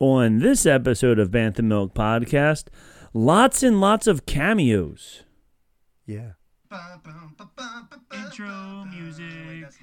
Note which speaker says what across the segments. Speaker 1: On this episode of Bantha Milk Podcast, lots and lots of cameos.
Speaker 2: Yeah.
Speaker 3: Intro music.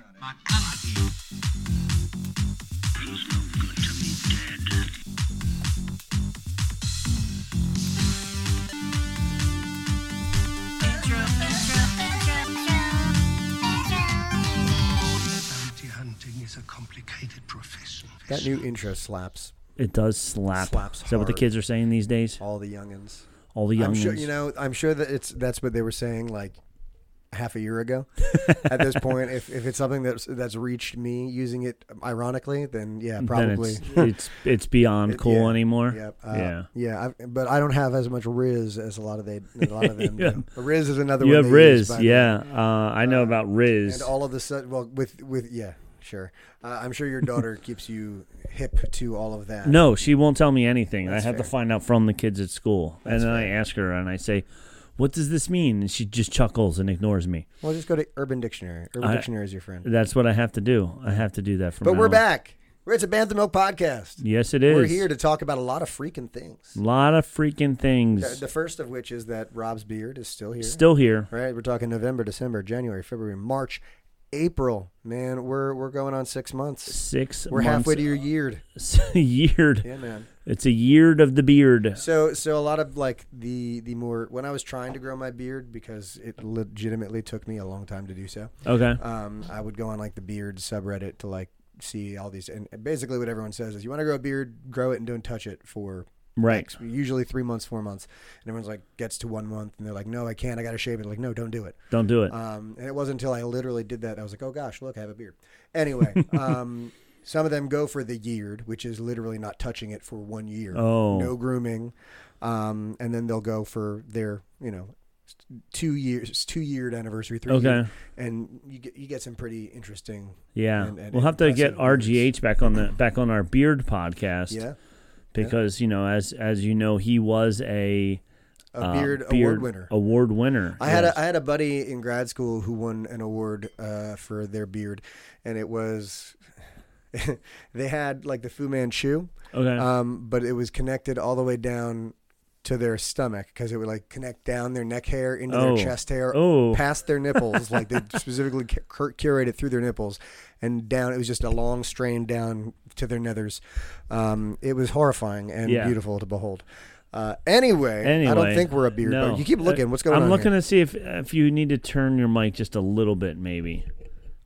Speaker 4: Bounty hunting is a complicated profession.
Speaker 2: That new intro slaps
Speaker 1: It does slap.
Speaker 2: Slaps
Speaker 1: Is that what the
Speaker 2: hard.
Speaker 1: kids are saying these days?
Speaker 2: all the youngins.
Speaker 1: All the young
Speaker 2: I'm sure you know. I'm sure that it's that's what they were saying like half a year ago. At this point, if, if it's something that's that's reached me using it ironically, then yeah, probably.
Speaker 1: It's, it's it's beyond cool
Speaker 2: Yeah.
Speaker 1: anymore.
Speaker 2: Yep. Uh,
Speaker 1: yeah.
Speaker 2: Yeah. I've, but I don't have as much Riz as a lot of they a lot of them.
Speaker 1: Yeah.
Speaker 2: do. But Riz is another.
Speaker 1: You
Speaker 2: one
Speaker 1: have
Speaker 2: they use,
Speaker 1: Riz.
Speaker 2: but-
Speaker 1: Yeah. Uh, I know about Riz.
Speaker 2: And all of the sudden, well, with with yeah, sure. Uh, I'm sure your daughter keeps you hip to all of that.
Speaker 1: No, she won't tell me anything. I
Speaker 2: That's
Speaker 1: have to
Speaker 2: fair.
Speaker 1: find out from the kids at school. and then I ask her and I say, What does this mean? And she just chuckles and ignores me.
Speaker 2: Well, just go to Urban Dictionary. Urban
Speaker 1: I-
Speaker 2: Dictionary is your friend.
Speaker 1: That's what I have to do. I have to do that for
Speaker 2: But we're back. We're it's a Bantha Milk podcast.
Speaker 1: Yes, it is.
Speaker 2: We're here to talk about a lot of freaking things.
Speaker 1: A lot of freaking things.
Speaker 2: The, the first of which is that Rob's beard is still here.
Speaker 1: Still here.
Speaker 2: right? We're talking November, December, January, February, March, April. Man, we're we're going on six months.
Speaker 1: Six
Speaker 2: We're
Speaker 1: months.
Speaker 2: halfway to your year.
Speaker 1: yeared.
Speaker 2: Yeah, man.
Speaker 1: It's a yeared of the beard.
Speaker 2: So so a lot of like the the more when I was trying to grow my beard because it legitimately took me a long time to do so.
Speaker 1: Okay.
Speaker 2: um, I would go on like the beard subreddit to like see all these, and basically what everyone says is you want to grow a beard, grow it and don't touch it for
Speaker 1: Right.
Speaker 2: X, usually three months, four months, and everyone's like gets to one month and they're like, no, I can't, I got to shave it. Like, no, don't do it.
Speaker 1: Don't do it.
Speaker 2: Um, and it wasn't until I literally did that I was like, oh gosh, look, I have a beard. Anyway, um, some of them go for the yeared, which is literally not touching it for one year,
Speaker 1: Oh.
Speaker 2: no grooming, um, and then they'll go for their you know two years, two yeared anniversary, three
Speaker 1: Okay.
Speaker 2: year, and you get you get some pretty interesting.
Speaker 1: yeah.
Speaker 2: and- and
Speaker 1: we'll have to get
Speaker 2: impressive beards.
Speaker 1: RGH back on the back on our beard podcast.
Speaker 2: Yeah,
Speaker 1: Because, you know, as as you know, he was a
Speaker 2: a
Speaker 1: uh,
Speaker 2: beard, award winner.
Speaker 1: Award winner.
Speaker 2: I had
Speaker 1: yes.
Speaker 2: a, I had a buddy in grad school who won an award uh, for their beard, and it was they had like the Fu Manchu,
Speaker 1: Okay.
Speaker 2: um, but it was connected all the way down to their stomach because it would like connect down their neck hair into
Speaker 1: Oh.
Speaker 2: their chest hair,
Speaker 1: Oh.
Speaker 2: past their nipples, like they specifically cu- cur- curated through their nipples, and down. It was just a long strain down to their nethers. Um, it was horrifying and
Speaker 1: Yeah.
Speaker 2: beautiful to behold. Uh, anyway,
Speaker 1: Anyway,
Speaker 2: I don't think we're a beard.
Speaker 1: No. Uh,
Speaker 2: But you keep looking. What's going
Speaker 1: I'm
Speaker 2: on?
Speaker 1: I'm
Speaker 2: here?
Speaker 1: looking to see if if you need to turn your mic just a little bit, maybe.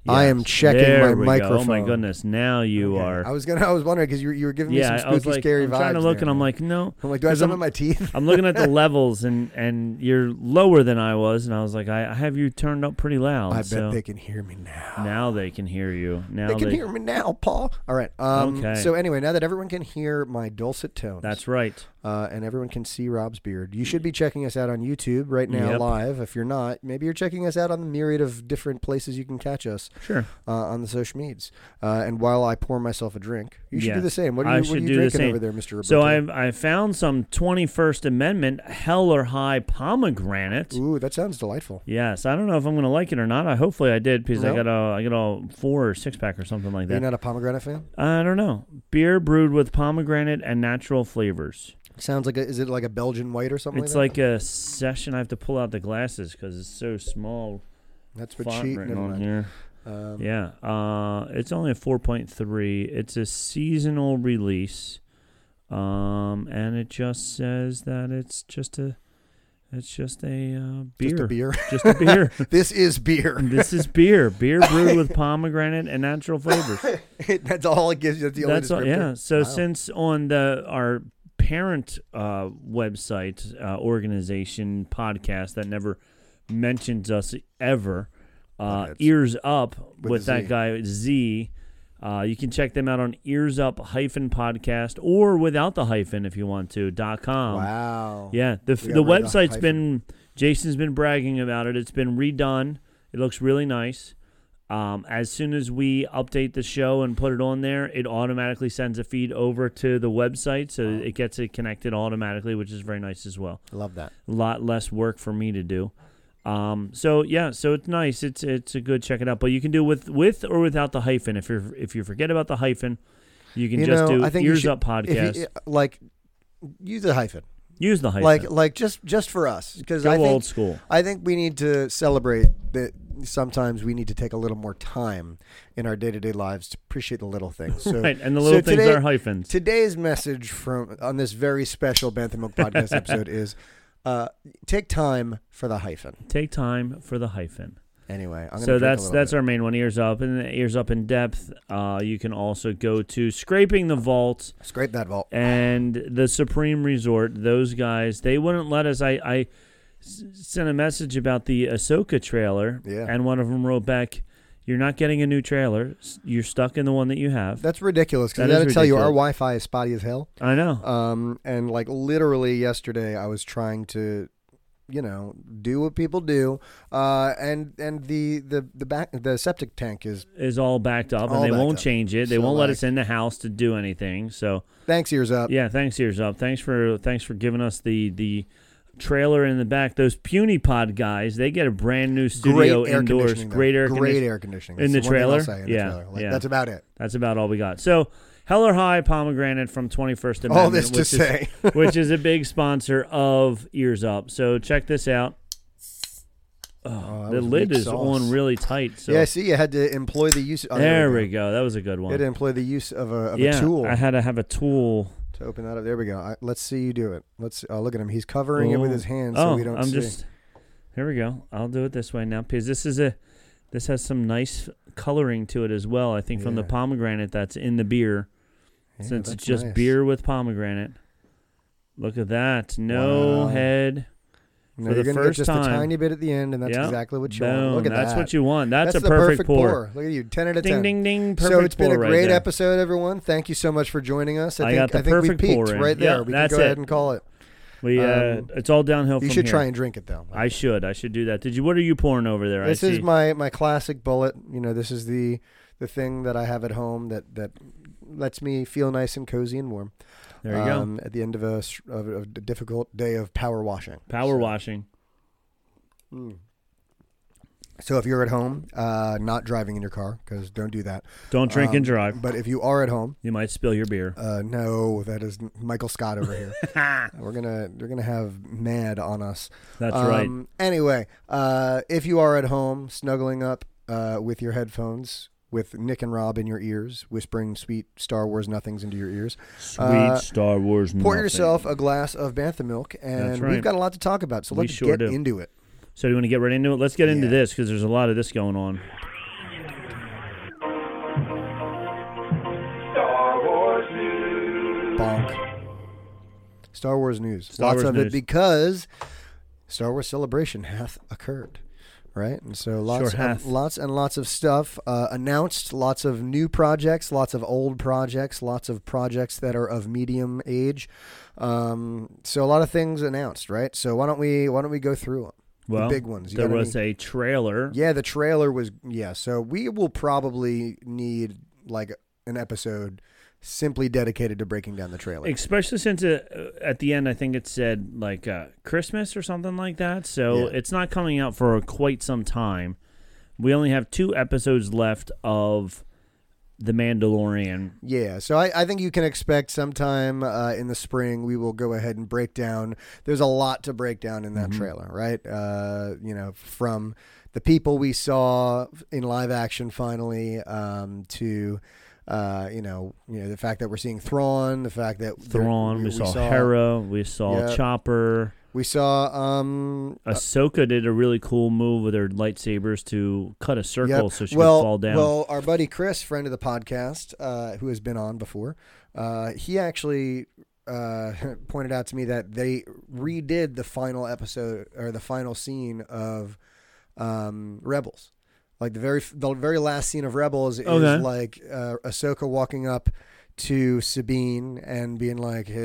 Speaker 2: I am checking my
Speaker 1: There we go. Oh my
Speaker 2: microphone.
Speaker 1: goodness! Now you
Speaker 2: Okay.
Speaker 1: are.
Speaker 2: I was gonna. I was wondering because you, were- you were giving
Speaker 1: yeah,
Speaker 2: me
Speaker 1: I
Speaker 2: some
Speaker 1: was
Speaker 2: spooky,
Speaker 1: like,
Speaker 2: scary
Speaker 1: I'm
Speaker 2: vibes.
Speaker 1: trying to look,
Speaker 2: there,
Speaker 1: and I'm
Speaker 2: man.
Speaker 1: like, no.
Speaker 2: I'm like, do I have
Speaker 1: 'Cause
Speaker 2: something
Speaker 1: I'm-
Speaker 2: in my teeth?
Speaker 1: I'm looking at the levels, and and you're lower than I was, and I was like, I, I have you turned up pretty loud.
Speaker 2: I bet
Speaker 1: Oh, so
Speaker 2: they can hear me now.
Speaker 1: now they can hear you. Now
Speaker 2: They can hear me now, Paul. All right. Um,
Speaker 1: Okay.
Speaker 2: So anyway, now that everyone can hear my dulcet tones,
Speaker 1: That's right.
Speaker 2: uh, and everyone can see Rob's beard, you should be checking us out on YouTube right now,
Speaker 1: Yep.
Speaker 2: live. If you're not, maybe you're checking us out on the myriad of different places you can catch us
Speaker 1: Sure.
Speaker 2: uh, on the social medias. Uh, and while I pour myself a drink, you should
Speaker 1: Yeah.
Speaker 2: do the same. What are
Speaker 1: I
Speaker 2: you,
Speaker 1: should
Speaker 2: what are you
Speaker 1: do the
Speaker 2: drinking
Speaker 1: same.
Speaker 2: over there, Mister?
Speaker 1: So I I found some 21st Amendment hell or high pomegranate.
Speaker 2: Ooh, that sounds delightful.
Speaker 1: Yes, I don't know if I'm gonna like it or not. I hopefully I did because I
Speaker 2: No?
Speaker 1: got a I got a four or six pack or something like
Speaker 2: You're
Speaker 1: that.
Speaker 2: not a pomegranate fan?
Speaker 1: I don't know. Beer brewed with pomegranate and natural flavors.
Speaker 2: Sounds like a, is it like a Belgian white or something?
Speaker 1: It's
Speaker 2: like,
Speaker 1: like a session. I have to pull out the glasses because it's so small.
Speaker 2: that? that's what
Speaker 1: font
Speaker 2: she.
Speaker 1: written
Speaker 2: never
Speaker 1: on
Speaker 2: mind.
Speaker 1: here.
Speaker 2: Um,
Speaker 1: Yeah, uh, it's only a 4.3. It's a seasonal release, um, and it just says that it's just a, it's just a uh, beer,
Speaker 2: Just a beer.
Speaker 1: just a beer.
Speaker 2: this is beer.
Speaker 1: this is beer, beer brewed with pomegranate and natural flavors.
Speaker 2: that's all it gives you. That's the only
Speaker 1: That's all,
Speaker 2: descriptor.
Speaker 1: yeah. So
Speaker 2: Wow.
Speaker 1: since on the our parent uh, website uh, organization podcast that never mentions us ever, uh,
Speaker 2: Okay, it's-
Speaker 1: ears up with,
Speaker 2: a
Speaker 1: that
Speaker 2: Z.
Speaker 1: guy Z. Uh, you can check them out on ears up hyphen podcast or without the hyphen if you want to dot com.
Speaker 2: wow.
Speaker 1: um, Yeah, the
Speaker 2: We got
Speaker 1: the
Speaker 2: rid of the
Speaker 1: website's
Speaker 2: hyphen.
Speaker 1: been Jason's been bragging about it. It's been redone. It looks really nice. Um, as soon as we update the show and put it on there, it automatically sends a feed over to the website, so it gets it connected automatically, which is very nice as well.
Speaker 2: I love that.
Speaker 1: A lot less work for me to do. Um, so yeah, so it's nice. It's it's a good check it out, but you can do with with or without the hyphen. If you're if you forget about the hyphen, you can
Speaker 2: You
Speaker 1: just
Speaker 2: know,
Speaker 1: do
Speaker 2: I think you
Speaker 1: ears
Speaker 2: should-
Speaker 1: up podcast.
Speaker 2: If you, like, use a hyphen.
Speaker 1: Use the hyphen.
Speaker 2: Like, like just just for us, because
Speaker 1: go
Speaker 2: I think
Speaker 1: old school.
Speaker 2: I think we need to celebrate that. Sometimes we need to take a little more time in our day to day lives to appreciate the little things. So,
Speaker 1: Right, and the
Speaker 2: so
Speaker 1: little things
Speaker 2: today-
Speaker 1: are hyphens.
Speaker 2: Today's message from on this very special Bantham Oak podcast episode is uh, take time for the hyphen.
Speaker 1: Take time for the hyphen.
Speaker 2: Anyway, I'm gonna
Speaker 1: So
Speaker 2: drink a
Speaker 1: that's
Speaker 2: little
Speaker 1: that's
Speaker 2: bit.
Speaker 1: our main one. Ears up and ears up in depth. Uh, you can also go to scraping the vault
Speaker 2: scrape that vault.
Speaker 1: and the Supreme Resort. Those guys they wouldn't let us. I I s- sent a message about the Ahsoka trailer.
Speaker 2: Yeah.
Speaker 1: And one of them wrote back, "You're not getting a new trailer. S- You're stuck in the one that you have."
Speaker 2: That's ridiculous. Because
Speaker 1: That
Speaker 2: I
Speaker 1: is
Speaker 2: gotta tell you, our
Speaker 1: ridiculous.
Speaker 2: Wi-Fi is spotty as hell.
Speaker 1: I know.
Speaker 2: Um, and like literally yesterday, I was trying to, you know, do what people do. Uh, and and the the the back the septic tank is
Speaker 1: is all backed up,
Speaker 2: all
Speaker 1: and they
Speaker 2: backed
Speaker 1: won't
Speaker 2: up.
Speaker 1: change it. They
Speaker 2: So,
Speaker 1: won't let
Speaker 2: like-
Speaker 1: us in the house to do anything. So
Speaker 2: thanks ears up.
Speaker 1: Yeah, thanks, ears up. Thanks for thanks for giving us the the trailer in the back. Those PewniePod guys, they get a brand new studio
Speaker 2: Great air
Speaker 1: indoors.
Speaker 2: conditioning, though.
Speaker 1: Great air,
Speaker 2: Great
Speaker 1: conditioning.
Speaker 2: air conditioning.
Speaker 1: In
Speaker 2: That's
Speaker 1: the
Speaker 2: one thing I'll
Speaker 1: trailer?
Speaker 2: say in the
Speaker 1: Yeah,
Speaker 2: trailer. Like,
Speaker 1: yeah.
Speaker 2: That's about it.
Speaker 1: That's about all we got. So, Hell or High Pomegranate from Twenty First Amendment.
Speaker 2: All this
Speaker 1: which
Speaker 2: to
Speaker 1: is-
Speaker 2: say.
Speaker 1: which is a big sponsor of Ears Up. So check this out.
Speaker 2: Oh, that
Speaker 1: The
Speaker 2: was
Speaker 1: lid
Speaker 2: weak
Speaker 1: is
Speaker 2: sauce.
Speaker 1: on really tight. So
Speaker 2: yeah, I see, you had to employ the use. Oh,
Speaker 1: there we go. That was a good
Speaker 2: You
Speaker 1: one.
Speaker 2: had to employ the use of a, of
Speaker 1: yeah,
Speaker 2: a tool
Speaker 1: I had to have a tool.
Speaker 2: to open that up. There we go. I, let's see you do it. Let's see. oh, look at him. He's covering it with
Speaker 1: Oh.
Speaker 2: his hands,
Speaker 1: oh,
Speaker 2: so we don't
Speaker 1: I'm
Speaker 2: see.
Speaker 1: just here we go. I'll do it this way now because this is a this has some nice coloring to it as well. I think from the
Speaker 2: Yeah.
Speaker 1: pomegranate that's in the beer,
Speaker 2: Yeah,
Speaker 1: since it's
Speaker 2: that's
Speaker 1: just
Speaker 2: nice.
Speaker 1: beer with pomegranate. Look at that! No
Speaker 2: Wow.
Speaker 1: head.
Speaker 2: No,
Speaker 1: for
Speaker 2: you're
Speaker 1: the
Speaker 2: gonna
Speaker 1: first
Speaker 2: get just a
Speaker 1: time.
Speaker 2: tiny bit at the end, and that's
Speaker 1: Yep.
Speaker 2: exactly what you
Speaker 1: Boom.
Speaker 2: want. Look at
Speaker 1: that's
Speaker 2: that.
Speaker 1: what you want. That's, a
Speaker 2: the
Speaker 1: perfect, pour.
Speaker 2: Look at you, ten out of
Speaker 1: Ding
Speaker 2: ten.
Speaker 1: ding ding! Perfect
Speaker 2: so it's been a
Speaker 1: pour right
Speaker 2: great
Speaker 1: there.
Speaker 2: episode, everyone. Thank you so much for joining us. I,
Speaker 1: I
Speaker 2: think
Speaker 1: got the
Speaker 2: I think
Speaker 1: perfect
Speaker 2: we
Speaker 1: pour
Speaker 2: peaked
Speaker 1: in.
Speaker 2: right there.
Speaker 1: Yep,
Speaker 2: we
Speaker 1: that's
Speaker 2: can go
Speaker 1: it.
Speaker 2: ahead and call it.
Speaker 1: We uh,
Speaker 2: Um,
Speaker 1: it's all downhill
Speaker 2: You
Speaker 1: from
Speaker 2: should
Speaker 1: here.
Speaker 2: try and drink it though.
Speaker 1: I should. I should do that. Did you? What are you pouring over there?
Speaker 2: this
Speaker 1: I
Speaker 2: is
Speaker 1: see.
Speaker 2: my my classic bullet. You know, this is the the thing that I have at home that that lets me feel nice and cozy and warm.
Speaker 1: There you go.
Speaker 2: um, At the end of a s- of a d- difficult day of power washing.
Speaker 1: Power washing.
Speaker 2: So if you're at home, uh, not driving in your car because don't do that.
Speaker 1: Don't drink
Speaker 2: Um,
Speaker 1: and drive.
Speaker 2: But if you are at home,
Speaker 1: You might spill your beer.
Speaker 2: uh, no, that is Michael Scott over here. we're gonna we're gonna have mad on us.
Speaker 1: That's right.
Speaker 2: Um, Anyway, uh, if you are at home snuggling up uh, with your headphones, with Nick and Rob in your ears, whispering sweet Star Wars nothings into your ears,
Speaker 1: Sweet
Speaker 2: uh,
Speaker 1: Star Wars.
Speaker 2: pour
Speaker 1: nothing.
Speaker 2: yourself a glass of bantha milk, and
Speaker 1: That's right.
Speaker 2: we've got a lot to talk about. So
Speaker 1: We
Speaker 2: let's
Speaker 1: sure
Speaker 2: get
Speaker 1: do.
Speaker 2: into it.
Speaker 1: So do you want to get right into it? Let's get into
Speaker 2: Yeah.
Speaker 1: this because there's a lot of this going on.
Speaker 2: Bonk. Star Wars news.
Speaker 1: Star
Speaker 2: lots
Speaker 1: Wars
Speaker 2: of
Speaker 1: news.
Speaker 2: it because Star Wars Celebration hath occurred. Right, and so
Speaker 1: Sure
Speaker 2: lots,
Speaker 1: hath.
Speaker 2: of, lots and lots of stuff uh, announced. Lots of new projects, lots of old projects, lots of projects that are of medium age. Um, so a lot of things announced, right? So why don't we why don't we go through them?
Speaker 1: Well,
Speaker 2: big ones. You
Speaker 1: There
Speaker 2: got
Speaker 1: was a trailer.
Speaker 2: Yeah, the trailer was yeah. So we will probably need like an episode simply dedicated to breaking down the trailer.
Speaker 1: Especially since it, uh, at the end, I think it said like uh, Christmas or something like that. So
Speaker 2: Yeah.
Speaker 1: it's not coming out for quite some time. We only have two episodes left of The Mandalorian.
Speaker 2: Yeah, so I, I think you can expect sometime uh, in the spring we will go ahead and break down. There's a lot to break down in that
Speaker 1: Mm-hmm.
Speaker 2: trailer, right? Uh, you know, from the people we saw in live action finally um, to. Uh, you know, you know the fact that we're seeing Thrawn, the fact that there-
Speaker 1: Thrawn. We, saw, Hera. We saw
Speaker 2: Yeah.
Speaker 1: Chopper.
Speaker 2: we saw um,
Speaker 1: Ahsoka did a really cool move with her lightsabers to cut a circle
Speaker 2: Yep.
Speaker 1: so she
Speaker 2: well,
Speaker 1: could fall down.
Speaker 2: Well, our buddy Chris, friend of the podcast, uh, who has been on before, uh, he actually uh, pointed out to me that they redid the final episode or the final scene of um, Rebels. Like the very the very last scene of Rebels is
Speaker 1: Okay.
Speaker 2: like uh, Ahsoka walking up to Sabine and being like, "Hey,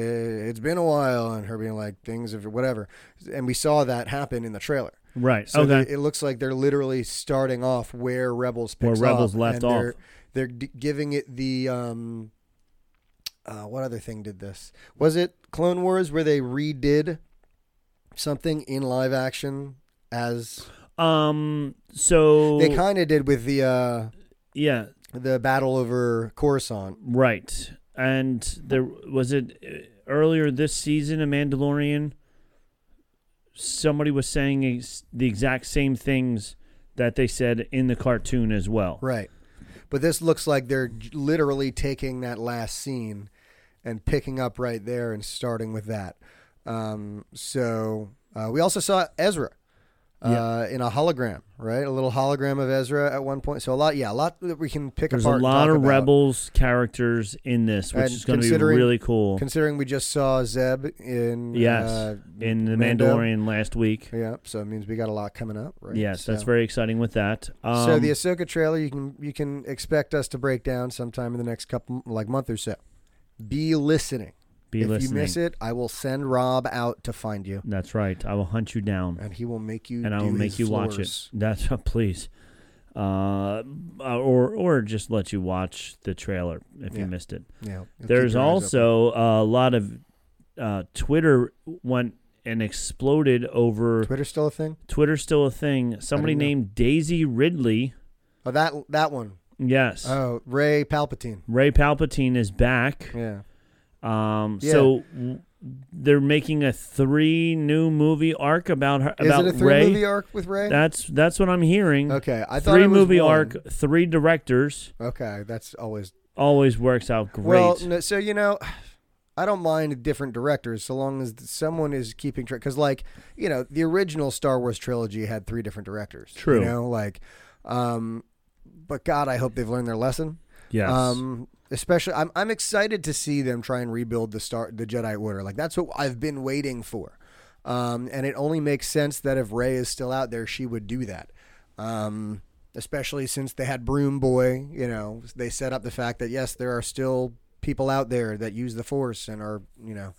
Speaker 2: it's been a while," and her being like, "Things of whatever," and we saw that happen in the trailer.
Speaker 1: Right.
Speaker 2: So
Speaker 1: okay.
Speaker 2: they- it looks like they're literally starting off where Rebels
Speaker 1: Where
Speaker 2: picks
Speaker 1: Rebels
Speaker 2: up,
Speaker 1: left
Speaker 2: and They're,
Speaker 1: off.
Speaker 2: they're d- giving it the um, uh, what other thing did this? Was it Clone Wars where they redid something in live action as
Speaker 1: um. So
Speaker 2: they kind of did with the uh,
Speaker 1: yeah.
Speaker 2: the battle over Coruscant?
Speaker 1: Right. And there was it uh, earlier this season, a Mandalorian. Somebody was saying ex- the exact same things that they said in the cartoon as well.
Speaker 2: Right. But this looks like they're j- literally taking that last scene and picking up right there and starting with that. Um, so uh, we also saw Ezra uh, in a hologram, right? A little hologram of Ezra at one point. So a lot, yeah, a lot that we can pick
Speaker 1: There's a
Speaker 2: apart. and
Speaker 1: lot
Speaker 2: talk
Speaker 1: of
Speaker 2: about.
Speaker 1: rebels characters in this, which
Speaker 2: And
Speaker 1: is going to be
Speaker 2: considering-
Speaker 1: really cool.
Speaker 2: Considering uh, we just saw Zeb in
Speaker 1: yes,
Speaker 2: uh,
Speaker 1: in the
Speaker 2: Mando.
Speaker 1: Mandalorian last week.
Speaker 2: Yeah, so it means we got a lot coming up, right?
Speaker 1: Yes, that's
Speaker 2: So-
Speaker 1: very exciting with that. Um,
Speaker 2: so the Ahsoka trailer you can you can expect us to break down sometime in the next couple like month or so. Be listening.
Speaker 1: be
Speaker 2: if
Speaker 1: listening.
Speaker 2: you miss it, I will send Rob out to find you,
Speaker 1: That's right. I will hunt you down.
Speaker 2: and he will make you.
Speaker 1: and I
Speaker 2: do
Speaker 1: will
Speaker 2: his
Speaker 1: make you watch it.
Speaker 2: floors.
Speaker 1: That's please, uh, or or just let you watch the trailer if
Speaker 2: Yeah.
Speaker 1: you missed it.
Speaker 2: Yeah, you'll keep
Speaker 1: There's
Speaker 2: your eyes open.
Speaker 1: also a lot of uh, Twitter went and exploded over
Speaker 2: Twitter still a thing.
Speaker 1: Twitter's still a thing. Somebody
Speaker 2: know.
Speaker 1: named Daisy Ridley.
Speaker 2: Oh, that that one.
Speaker 1: Yes.
Speaker 2: Oh, Ray Palpatine.
Speaker 1: Ray Palpatine is back.
Speaker 2: Yeah,
Speaker 1: Um,
Speaker 2: Yeah.
Speaker 1: So w- they're making a three new movie arc about her.
Speaker 2: is
Speaker 1: about
Speaker 2: it a three
Speaker 1: Rey.
Speaker 2: movie arc with Ray?
Speaker 1: That's that's what I'm hearing.
Speaker 2: okay, I thought
Speaker 1: three
Speaker 2: it was
Speaker 1: movie
Speaker 2: one.
Speaker 1: arc, three directors.
Speaker 2: Okay, that's always
Speaker 1: Always works out great.
Speaker 2: Well, no, so you know, I don't mind different directors so long as someone is keeping track. Because like you know, the original Star Wars trilogy had three different directors.
Speaker 1: True.
Speaker 2: You know, like, um, but God, I hope they've learned their lesson.
Speaker 1: yes.
Speaker 2: Um, especially, I'm I'm excited to see them try and rebuild the star the Jedi Order. Like that's what I've been waiting for. Um, and it only makes sense that if Rey is still out there, she would do that. Um, especially since they had Broom Boy, you know, they set up the fact that yes, there are still people out there that use the Force and are you know,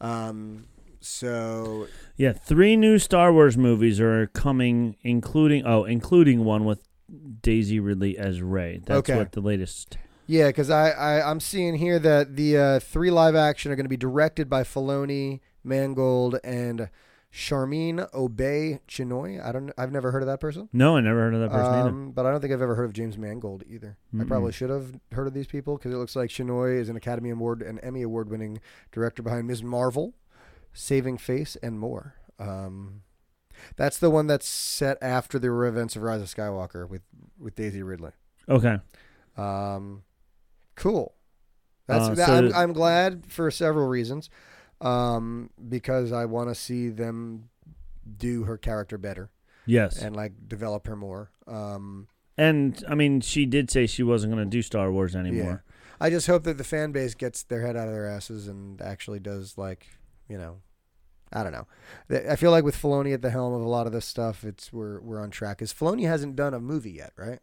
Speaker 2: um, so
Speaker 1: yeah, three new Star Wars movies are coming, including oh, including one with Daisy Ridley as Ray. That's
Speaker 2: Okay.
Speaker 1: what the latest.
Speaker 2: Yeah, because I, I I'm seeing here that the uh, three live action are going to be directed by Filoni, Mangold, and Charmin Obey Chinoy. I don't I've never heard of that person.
Speaker 1: No, I never heard of that person either. Hmm.
Speaker 2: Um, but I don't think I've ever heard of James Mangold either. I probably should have heard of these people because it looks like Chinoy is an Academy Award and Emmy Award winning director behind Ms. Marvel, Saving Face, and more. Um, that's the one that's set after the events of Rise of Skywalker with with Daisy Ridley.
Speaker 1: Okay.
Speaker 2: Um, cool. That's
Speaker 1: Uh,
Speaker 2: that,
Speaker 1: so-
Speaker 2: I'm, I'm glad for several reasons. Um, because I want to see them do her character better
Speaker 1: Yes. And,
Speaker 2: and like develop her more. Um,
Speaker 1: I mean, she did say she wasn't going to do Star Wars anymore.
Speaker 2: yeah. I just hope that the fan base gets their head out of their asses and actually does like you know, I don't know. Th- I feel like with Filoni at the helm of a lot of this stuff, it's we're we're on track. Because Filoni hasn't done a movie yet, right?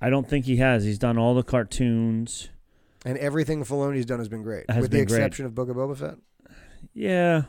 Speaker 1: I don't think he has. He's done all the cartoons.
Speaker 2: And everything Filoni's done has been great,
Speaker 1: Has
Speaker 2: with the
Speaker 1: been great.
Speaker 2: exception of Book of Boba Fett.
Speaker 1: Yeah.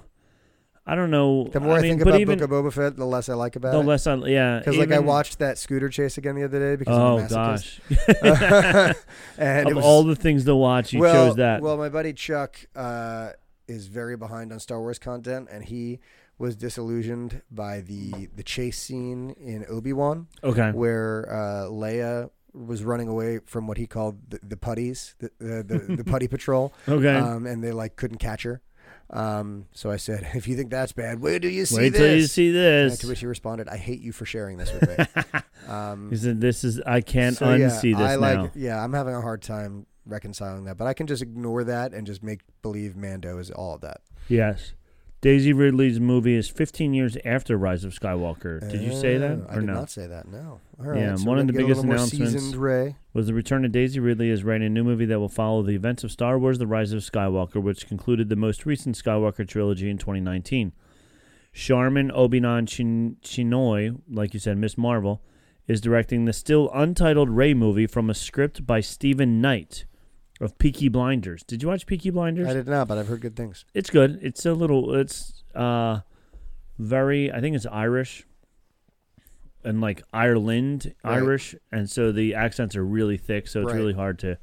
Speaker 1: I don't know.
Speaker 2: The more I,
Speaker 1: mean,
Speaker 2: think
Speaker 1: but
Speaker 2: about
Speaker 1: even
Speaker 2: Book of Boba Fett, the less I like about
Speaker 1: the
Speaker 2: it.
Speaker 1: less I yeah.
Speaker 2: because like I
Speaker 1: even-
Speaker 2: watched that scooter chase again the other day because I'm
Speaker 1: Oh
Speaker 2: a masochist.
Speaker 1: gosh.
Speaker 2: and it
Speaker 1: of
Speaker 2: was,
Speaker 1: all the things to watch, you
Speaker 2: well,
Speaker 1: chose that.
Speaker 2: Well, my buddy Chuck uh, is very behind on Star Wars content, and he was disillusioned by the the chase scene in Obi Wan
Speaker 1: okay.
Speaker 2: where uh, Leia was running away from what he called the, the putties, the the, the, the putty patrol.
Speaker 1: Okay.
Speaker 2: um, and they like couldn't catch her. Um, so I said, if you think that's bad, where do you see
Speaker 1: Wait
Speaker 2: this?
Speaker 1: till you see
Speaker 2: And
Speaker 1: this.
Speaker 2: to which he responded, "I hate you for sharing this with me." um,
Speaker 1: He said, "This is I can't
Speaker 2: so, yeah,
Speaker 1: unsee this
Speaker 2: I
Speaker 1: now."
Speaker 2: like, yeah, I'm having a hard time reconciling that, but I can just ignore that and just make believe Mando is all of that.
Speaker 1: Yes, Daisy Ridley's movie is 15 years after Rise of Skywalker. Did you say that
Speaker 2: Uh, I
Speaker 1: or
Speaker 2: did
Speaker 1: no?
Speaker 2: not say that. No. All right.
Speaker 1: Yeah,
Speaker 2: so
Speaker 1: one
Speaker 2: we're
Speaker 1: of
Speaker 2: gonna
Speaker 1: the
Speaker 2: get a
Speaker 1: biggest
Speaker 2: little more
Speaker 1: announcements-
Speaker 2: Seasoned Ray.
Speaker 1: Was the return of Daisy Ridley as writing a new movie that will follow the events of Star Wars: The Rise of Skywalker, which concluded the most recent Skywalker trilogy in 2019. Charmin Obi-Wan Chin- Chinoy, like you said, Miss Marvel, is directing the still untitled Ray movie from a script by Stephen Knight of Peaky Blinders. Did you watch Peaky Blinders?
Speaker 2: I did not, but I've heard good things.
Speaker 1: It's good. It's a little. It's uh, very. I think it's Irish, and like Ireland
Speaker 2: Right.
Speaker 1: Irish, and so the accents are really thick. So it's
Speaker 2: Right.
Speaker 1: really hard to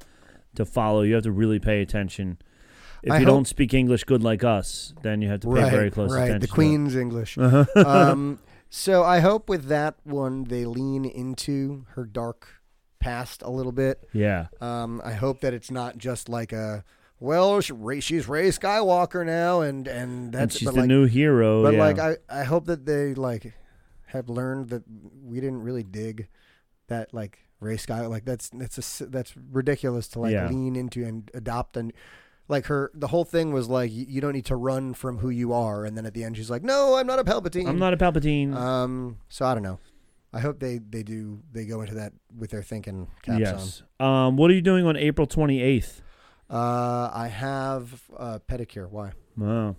Speaker 1: to follow. You have to really pay attention. If
Speaker 2: I
Speaker 1: you
Speaker 2: hope-
Speaker 1: don't speak English good like us, then you have to pay very close
Speaker 2: right.
Speaker 1: attention. to
Speaker 2: The
Speaker 1: it. Uh-huh.
Speaker 2: Queen's English. um, so I hope with that one they lean into her dark past a little bit.
Speaker 1: Yeah.
Speaker 2: Um, I hope that it's not just like a well, she- Rey- she's Ray Skywalker now, and and
Speaker 1: And
Speaker 2: that's
Speaker 1: she's
Speaker 2: but
Speaker 1: the
Speaker 2: like,
Speaker 1: new hero.
Speaker 2: But
Speaker 1: yeah.
Speaker 2: like I, I hope that they like have learned that we didn't really dig that like Ray Sky like that's that's a s that's ridiculous to like
Speaker 1: Yeah.
Speaker 2: lean into and adopt and like her the whole thing was like you, you don't need to run from who you are and then at the end she's like no I'm not a Palpatine
Speaker 1: I'm not a Palpatine.
Speaker 2: um so I don't know I hope they they do they go into that with their thinking caps on
Speaker 1: yes. Um, what are you doing on April 28th?
Speaker 2: uh I have uh pedicure why
Speaker 1: Wow.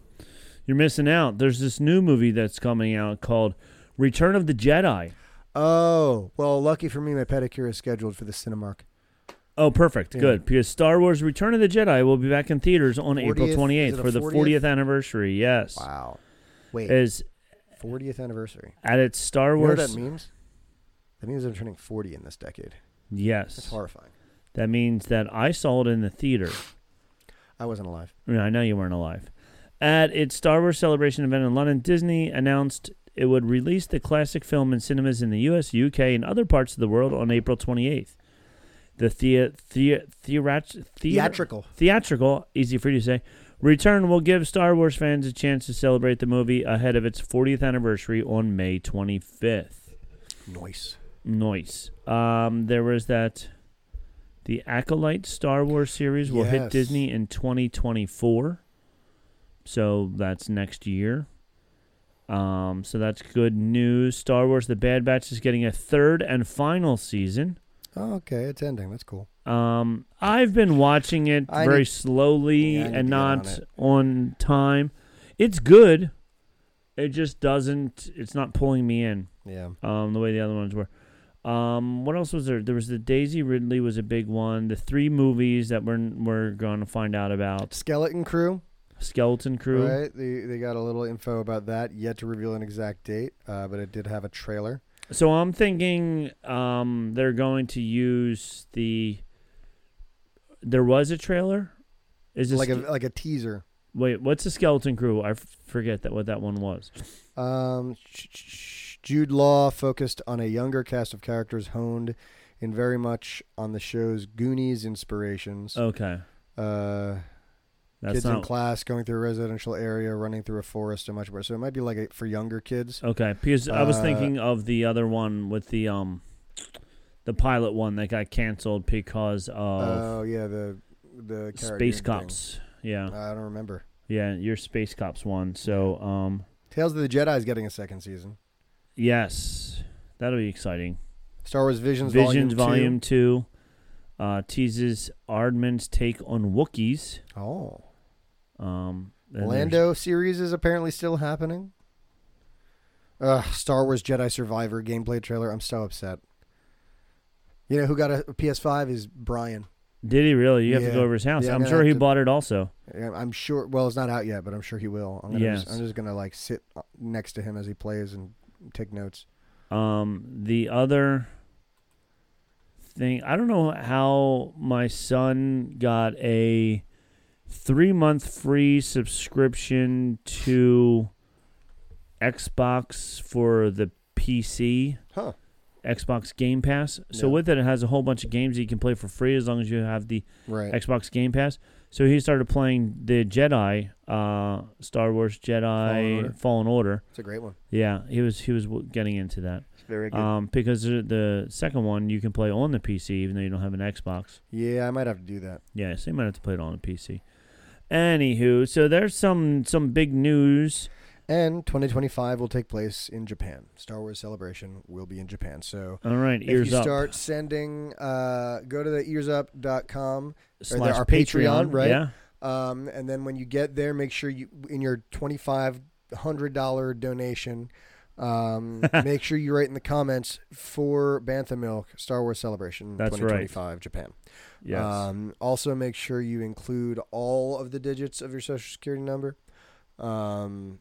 Speaker 1: You're missing out. There's this new movie that's coming out called Return of the Jedi.
Speaker 2: oh well lucky for me my pedicure is scheduled for the Cinemark
Speaker 1: Oh, perfect.
Speaker 2: Yeah.
Speaker 1: Good. Because Star Wars Return of the Jedi will be back in theaters on April
Speaker 2: 40th?
Speaker 1: 28th
Speaker 2: Is it a
Speaker 1: for the 40th?
Speaker 2: 40th?
Speaker 1: anniversary. Yes.
Speaker 2: wow wait
Speaker 1: Is
Speaker 2: 40th anniversary.
Speaker 1: at its Star
Speaker 2: You know what
Speaker 1: Wars.
Speaker 2: that means? That means I'm turning 40 in this decade. That's
Speaker 1: Yes.
Speaker 2: horrifying.
Speaker 1: That means that I saw it in the theater.
Speaker 2: I wasn't alive.
Speaker 1: I mean, I know you weren't alive. At its Star Wars celebration event in London, Disney announced it would release the classic film in cinemas in the US, UK, and other parts of the world on April 28th. The thea- thea- theorat- thea-
Speaker 2: Theatrical.
Speaker 1: theatrical, easy for you to say, return will give Star Wars fans a chance to celebrate the movie ahead of its 40th anniversary on May 25th.
Speaker 2: Noise.
Speaker 1: Noise. Um, there was that. The Acolyte Star Wars series will hit
Speaker 2: Yes.
Speaker 1: Disney in 2024. So that's next year. Um, so that's good news. Star Wars The Bad Batch is getting a third and final season.
Speaker 2: Oh, okay, it's ending. That's cool.
Speaker 1: Um, I've been watching it
Speaker 2: I
Speaker 1: very
Speaker 2: need-
Speaker 1: slowly
Speaker 2: Yeah, I need to
Speaker 1: and
Speaker 2: get on
Speaker 1: not
Speaker 2: it.
Speaker 1: on time. It's good. It just doesn't, it's not pulling me in
Speaker 2: Yeah.
Speaker 1: um, the way the other ones were. Um, what else was there? There was the Daisy Ridley was a big one. The three movies that we're we're going to find out about:
Speaker 2: Skeleton Crew.
Speaker 1: Skeleton Crew,
Speaker 2: Right. They, they got a little info about that. Yet to reveal an exact date, uh, but it did have a trailer.
Speaker 1: So I'm thinking um, they're going to use the. There was a trailer. Is this
Speaker 2: Like a like a teaser.
Speaker 1: wait? What's the skeleton crew? I f- forget that what that one was.
Speaker 2: Um, sh- sh- Jude Law focused on a younger cast of characters honed in very much on the show's Goonies inspirations.
Speaker 1: Okay,
Speaker 2: Uh,
Speaker 1: that's
Speaker 2: kids in
Speaker 1: not
Speaker 2: class going through a residential area, running through a forest, and much more. So it might be like a, for younger kids.
Speaker 1: okay because I was
Speaker 2: Uh,
Speaker 1: thinking of the other one with the um, the pilot one that got canceled because
Speaker 2: Oh
Speaker 1: of
Speaker 2: yeah, the the
Speaker 1: Space
Speaker 2: Carradine
Speaker 1: Cops. Yeah.
Speaker 2: thing. I don't remember.
Speaker 1: Yeah, your Space Cops one. So, um
Speaker 2: Tales of the Jedi is getting a second season.
Speaker 1: yes. That'll be exciting.
Speaker 2: Star Wars Visions,
Speaker 1: Visions
Speaker 2: Volume,
Speaker 1: Volume 2, uh teases Ardman's take on Wookiees.
Speaker 2: Two. Oh,
Speaker 1: Um and there's-
Speaker 2: Lando series is apparently still happening. Ugh, Star Wars Jedi Survivor gameplay trailer. I'm so upset. You know who got a PS5 is Brian.
Speaker 1: Did he really? You have to
Speaker 2: Yeah.
Speaker 1: go over his house.
Speaker 2: Yeah, I'm
Speaker 1: I'm
Speaker 2: gonna
Speaker 1: sure
Speaker 2: have
Speaker 1: he
Speaker 2: to-
Speaker 1: bought it also.
Speaker 2: Yeah, I'm sure. Well, it's not out yet, but I'm sure he will. I'm, gonna just,
Speaker 1: Yes.
Speaker 2: I'm just gonna like sit uh, next to him as he plays and take notes.
Speaker 1: Um the other thing, I don't know how my son got a 3-month free subscription to Xbox for the PC,
Speaker 2: Huh.
Speaker 1: Xbox Game Pass. So
Speaker 2: Yeah.
Speaker 1: with it, it has a whole bunch of games that you can play for free as long as you have the
Speaker 2: Right.
Speaker 1: Xbox Game Pass. So he started playing the Jedi, uh, Star Wars Jedi
Speaker 2: Fallen Order.
Speaker 1: Fallen Order.
Speaker 2: It's a great one.
Speaker 1: Yeah, he was he was w- getting into that
Speaker 2: It's very good.
Speaker 1: um, because the- the second one you can play on the PC even though you don't have an Xbox.
Speaker 2: yeah, I might have to do that.
Speaker 1: Yeah, so you might have to play it on the PC. Anywho, so there's some some big news.
Speaker 2: And 2025 will take place in Japan. Star Wars Celebration will be in Japan. So
Speaker 1: All right, ears
Speaker 2: if you
Speaker 1: up.
Speaker 2: start sending, uh, go to the earsup.com, or
Speaker 1: slash
Speaker 2: there, our
Speaker 1: Patreon,
Speaker 2: Patreon, right?
Speaker 1: Yeah,
Speaker 2: um, and then when you get there, make sure you in your 25 hundred dollar donation. Um, make sure you write in the comments for Bantha Milk Star Wars Celebration
Speaker 1: That's right.
Speaker 2: 2025 Japan.
Speaker 1: Yes.
Speaker 2: Um, also, make sure you include all of the digits of your social security number, um,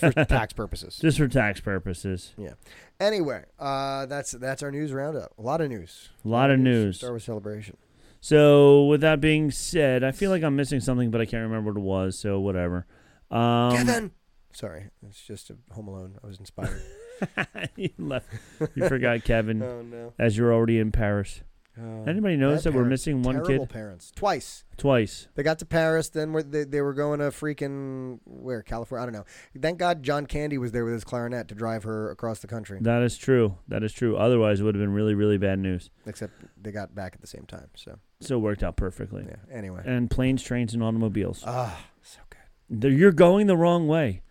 Speaker 2: for tax purposes.
Speaker 1: Just for tax purposes.
Speaker 2: yeah. Anyway, uh, that's that's our news roundup. A lot of news.
Speaker 1: A lot of news.
Speaker 2: Star Wars Celebration.
Speaker 1: So, with that being said, I feel like I'm missing something, but I can't remember what it was. So, whatever. Um,
Speaker 2: Kevin. Sorry, it's just a Home Alone. I was inspired.
Speaker 1: you left. You forgot Kevin,
Speaker 2: oh no.
Speaker 1: as you're already in Paris.
Speaker 2: Oh.
Speaker 1: Anybody notice that,
Speaker 2: Bad
Speaker 1: we're
Speaker 2: parents.
Speaker 1: missing one
Speaker 2: Terrible
Speaker 1: kid
Speaker 2: parents twice.
Speaker 1: twice?
Speaker 2: They got to Paris, then were, they, they were going to freaking where California. I don't know. Thank God John Candy was there with his clarinet to drive her across the country.
Speaker 1: That is true. That is true. Otherwise, it would have been really, really bad news.
Speaker 2: Except they got back at the same time. So
Speaker 1: So it worked out perfectly.
Speaker 2: yeah. Anyway,
Speaker 1: And planes, trains, and automobiles.
Speaker 2: ah, so good.
Speaker 1: They're- You're going the wrong way.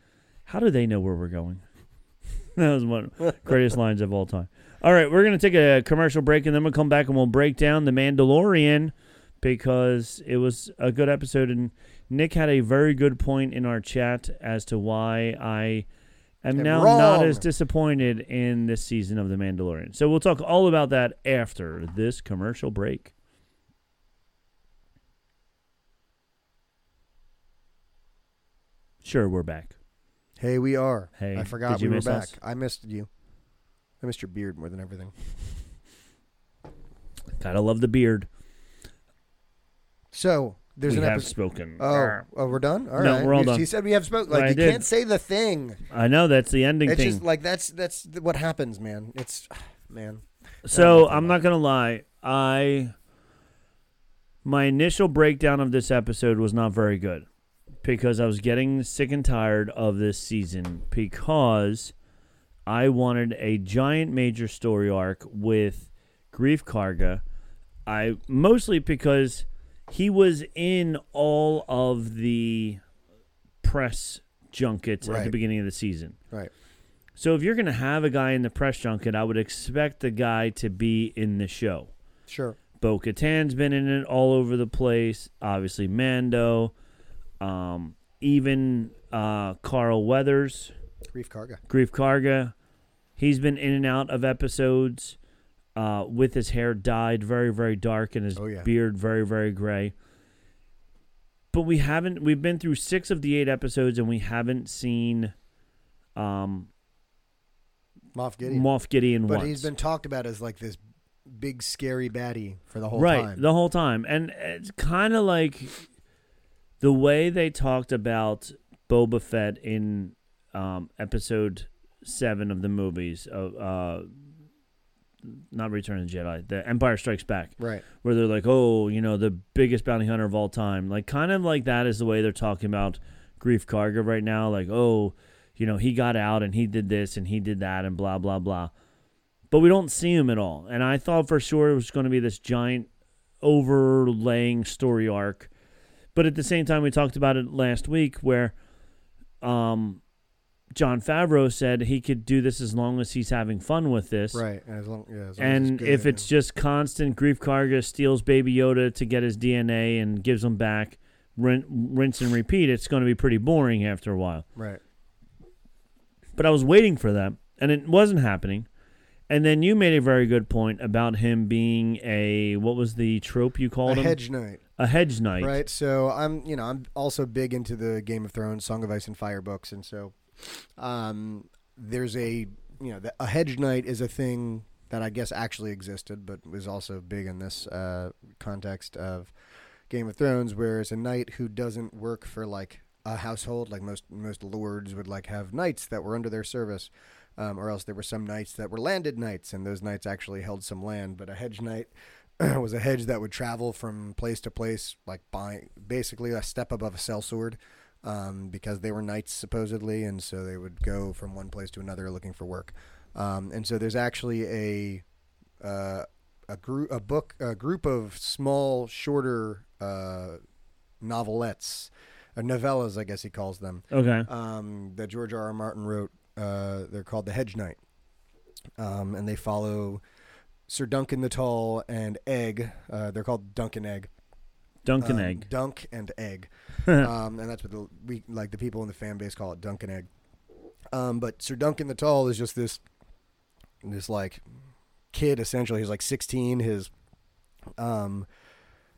Speaker 1: How do they know where we're going? that was one of the greatest lines of all time. All right, we're going to take a commercial break and then we'll come back and we'll break down The Mandalorian because it was a good episode. And Nick had a very good point in our chat as to why I am
Speaker 2: And
Speaker 1: now not
Speaker 2: wrong.
Speaker 1: as disappointed in this season of The Mandalorian. So we'll talk all about that after this commercial break. Sure, we're back.
Speaker 2: Hey, we are.
Speaker 1: Hey,
Speaker 2: I forgot
Speaker 1: did you
Speaker 2: we were
Speaker 1: miss
Speaker 2: back.
Speaker 1: us?
Speaker 2: I missed you. I missed your beard more than everything.
Speaker 1: Gotta love the beard.
Speaker 2: So there's
Speaker 1: we
Speaker 2: an
Speaker 1: have
Speaker 2: episode.
Speaker 1: spoken.
Speaker 2: Oh, oh, we're done. All
Speaker 1: No,
Speaker 2: right.
Speaker 1: we're all
Speaker 2: You-
Speaker 1: done.
Speaker 2: He said we have spoken.
Speaker 1: I
Speaker 2: Like you
Speaker 1: did.
Speaker 2: can't say the thing.
Speaker 1: I know that's the ending
Speaker 2: It's
Speaker 1: thing.
Speaker 2: just like that's that's th- what happens, man. It's man.
Speaker 1: so I'm not gonna lie. I my initial breakdown of this episode was not very good because I was getting sick and tired of this season because I wanted a giant major story arc with Grief Karga. I mostly because he was in all of the press junkets at the
Speaker 2: Right.
Speaker 1: beginning of the season.
Speaker 2: Right.
Speaker 1: So if you're going to have a guy in the press junket, I would expect the guy to be in the show.
Speaker 2: Sure.
Speaker 1: Bo Katan's been in it all over the place. Obviously, Mando, um, even uh, Carl Weathers,
Speaker 2: Grief Karga.
Speaker 1: Grief Karga. He's been in and out of episodes uh, with his hair dyed very, very dark and his
Speaker 2: Oh, yeah.
Speaker 1: beard very, very gray. But we haven't. We've been through six of the eight episodes, and we haven't seen um,
Speaker 2: Moff Gideon.
Speaker 1: Moff Gideon
Speaker 2: But
Speaker 1: once.
Speaker 2: he's been talked about as like this big scary baddie for the whole
Speaker 1: right
Speaker 2: time.
Speaker 1: the whole time, and it's kind of like the way they talked about Boba Fett in um, episode seven of the movies of uh, not Return of the Jedi, The Empire Strikes Back,
Speaker 2: right.
Speaker 1: where they're like, oh, you know, the biggest bounty hunter of all time, like kind of like that is the way they're talking about Grief Karga right now, like oh, you know, he got out and he did this and he did that and blah blah blah but we don't see him at all. And I thought for sure it was going to be this giant overlaying story arc. But at the same time, we talked about it last week where um, John Favreau said he could do this as long as he's having fun with this.
Speaker 2: Right. And as long, yeah, as long as
Speaker 1: And
Speaker 2: good
Speaker 1: if it's just constant, Grief Karga steals Baby Yoda to get his DNA and gives him back, rin- rinse and repeat, it's going to be pretty boring after a while
Speaker 2: right.
Speaker 1: but I was waiting for that, and it wasn't happening. And then you made a very good point about him being a what was the trope you
Speaker 2: A
Speaker 1: called him?
Speaker 2: hedge knight,
Speaker 1: A hedge knight.
Speaker 2: right? So I'm, you know, I'm also big into the Game of Thrones, Song of Ice and Fire books, and so um, there's a, you know, the, a hedge knight is a thing that I guess actually existed, but was also big in this uh, context of Game of Thrones, where it's a knight who doesn't work for like a household, like most most lords would like have knights that were under their service, um, or else there were some knights that were landed knights, and those knights actually held some land. But a hedge knight was a hedge that would travel from place to place, like buying basically a step above a sellsword. Um, because they were knights supposedly, and so they would go from one place to another looking for work. Um, and so there's actually a uh, a group a book a group of small shorter uh, novelettes or novellas I guess he calls them
Speaker 1: Okay.
Speaker 2: um, that George R. R. Martin wrote uh, they're called the Hedge Knight um, and they follow Sir Duncan the Tall and Egg uh, they're called Duncan Egg
Speaker 1: Duncan
Speaker 2: um,
Speaker 1: egg.
Speaker 2: Dunk and egg, um, and that's what the we like the people in the fan base call it. Dunk and egg, Um, but Sir Duncan the Tall is just this this like kid essentially. He's like 16. His um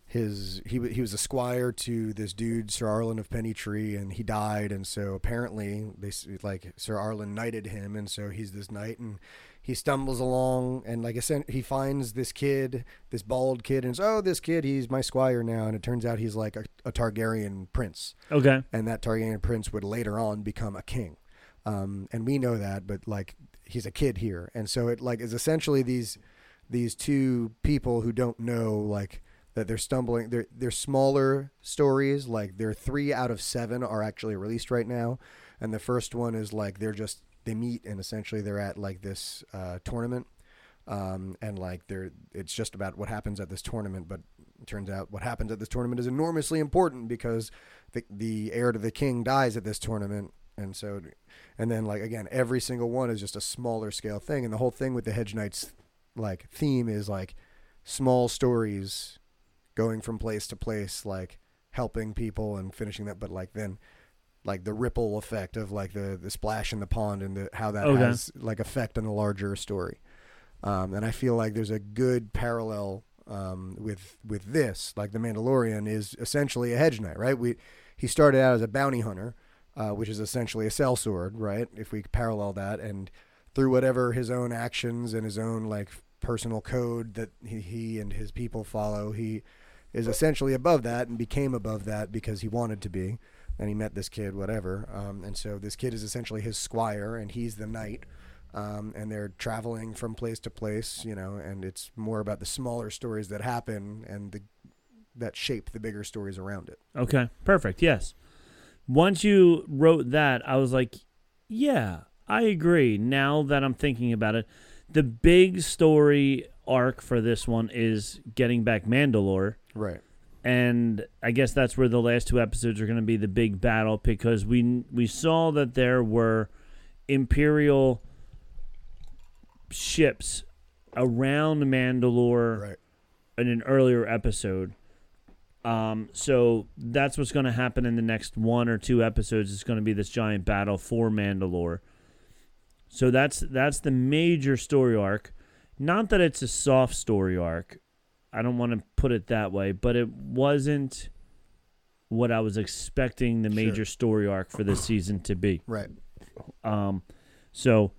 Speaker 2: his he wa- he was a squire to this dude Sir Arlen of Pennytree, and he died, and so apparently they s- like Sir Arlen knighted him, and so he's this knight, and he stumbles along, and like I said, he finds this kid, this bald kid, and it's oh this kid, he's my squire now, and it turns out he's like a, a Targaryen prince,
Speaker 1: Okay.
Speaker 2: and that Targaryen prince would later on become a king, um, and we know that, but like he's a kid here, and so it like is essentially these these two people who don't know like that they're stumbling. They're they're smaller stories, like they're three out of seven are actually released right now, and the first one is like they're just they meet and essentially they're at like this uh, tournament. Um, and like they're it's just about what happens at this tournament, but it turns out what happens at this tournament is enormously important because the the heir to the king dies at this tournament, and so and then like again, every single one is just a smaller scale thing, and the whole thing with the Hedge Knights like theme is like small stories going from place to place, like helping people and finishing that, but like then like the ripple effect of like the the splash in the pond and the, how that
Speaker 1: Okay.
Speaker 2: has like effect on the larger story. Um, and I feel like there's a good parallel um, with with this. Like the Mandalorian is essentially a hedge knight, right? We he started out as a bounty hunter, uh, which is essentially a sellsword, right? If we parallel that, and through whatever his own actions and his own like personal code that he, he and his people follow, he is essentially above that and became above that because he wanted to be. And he met this kid, whatever. Um, and so this kid is essentially his squire, and he's the knight um, and they're traveling from place to place, you know, and it's more about the smaller stories that happen and the that shape the bigger stories around it.
Speaker 1: Okay. Perfect. Yes. Once you wrote that, I was like, yeah, I agree. Now that I'm thinking about it, the big story arc for this one is getting back Mandalore.
Speaker 2: Right.
Speaker 1: and I guess that's where the last two episodes are going to be the big battle because we we saw that there were imperial ships around Mandalore
Speaker 2: Right.
Speaker 1: in an earlier episode. Um, so that's what's going to happen in the next one or two episodes. It's going to be this giant battle for Mandalore. So that's that's the major story arc. Not that it's a soft story arc. I don't want to put it that way, but it wasn't what I was expecting the major story arc for this season to be.
Speaker 2: Right.
Speaker 1: Um, so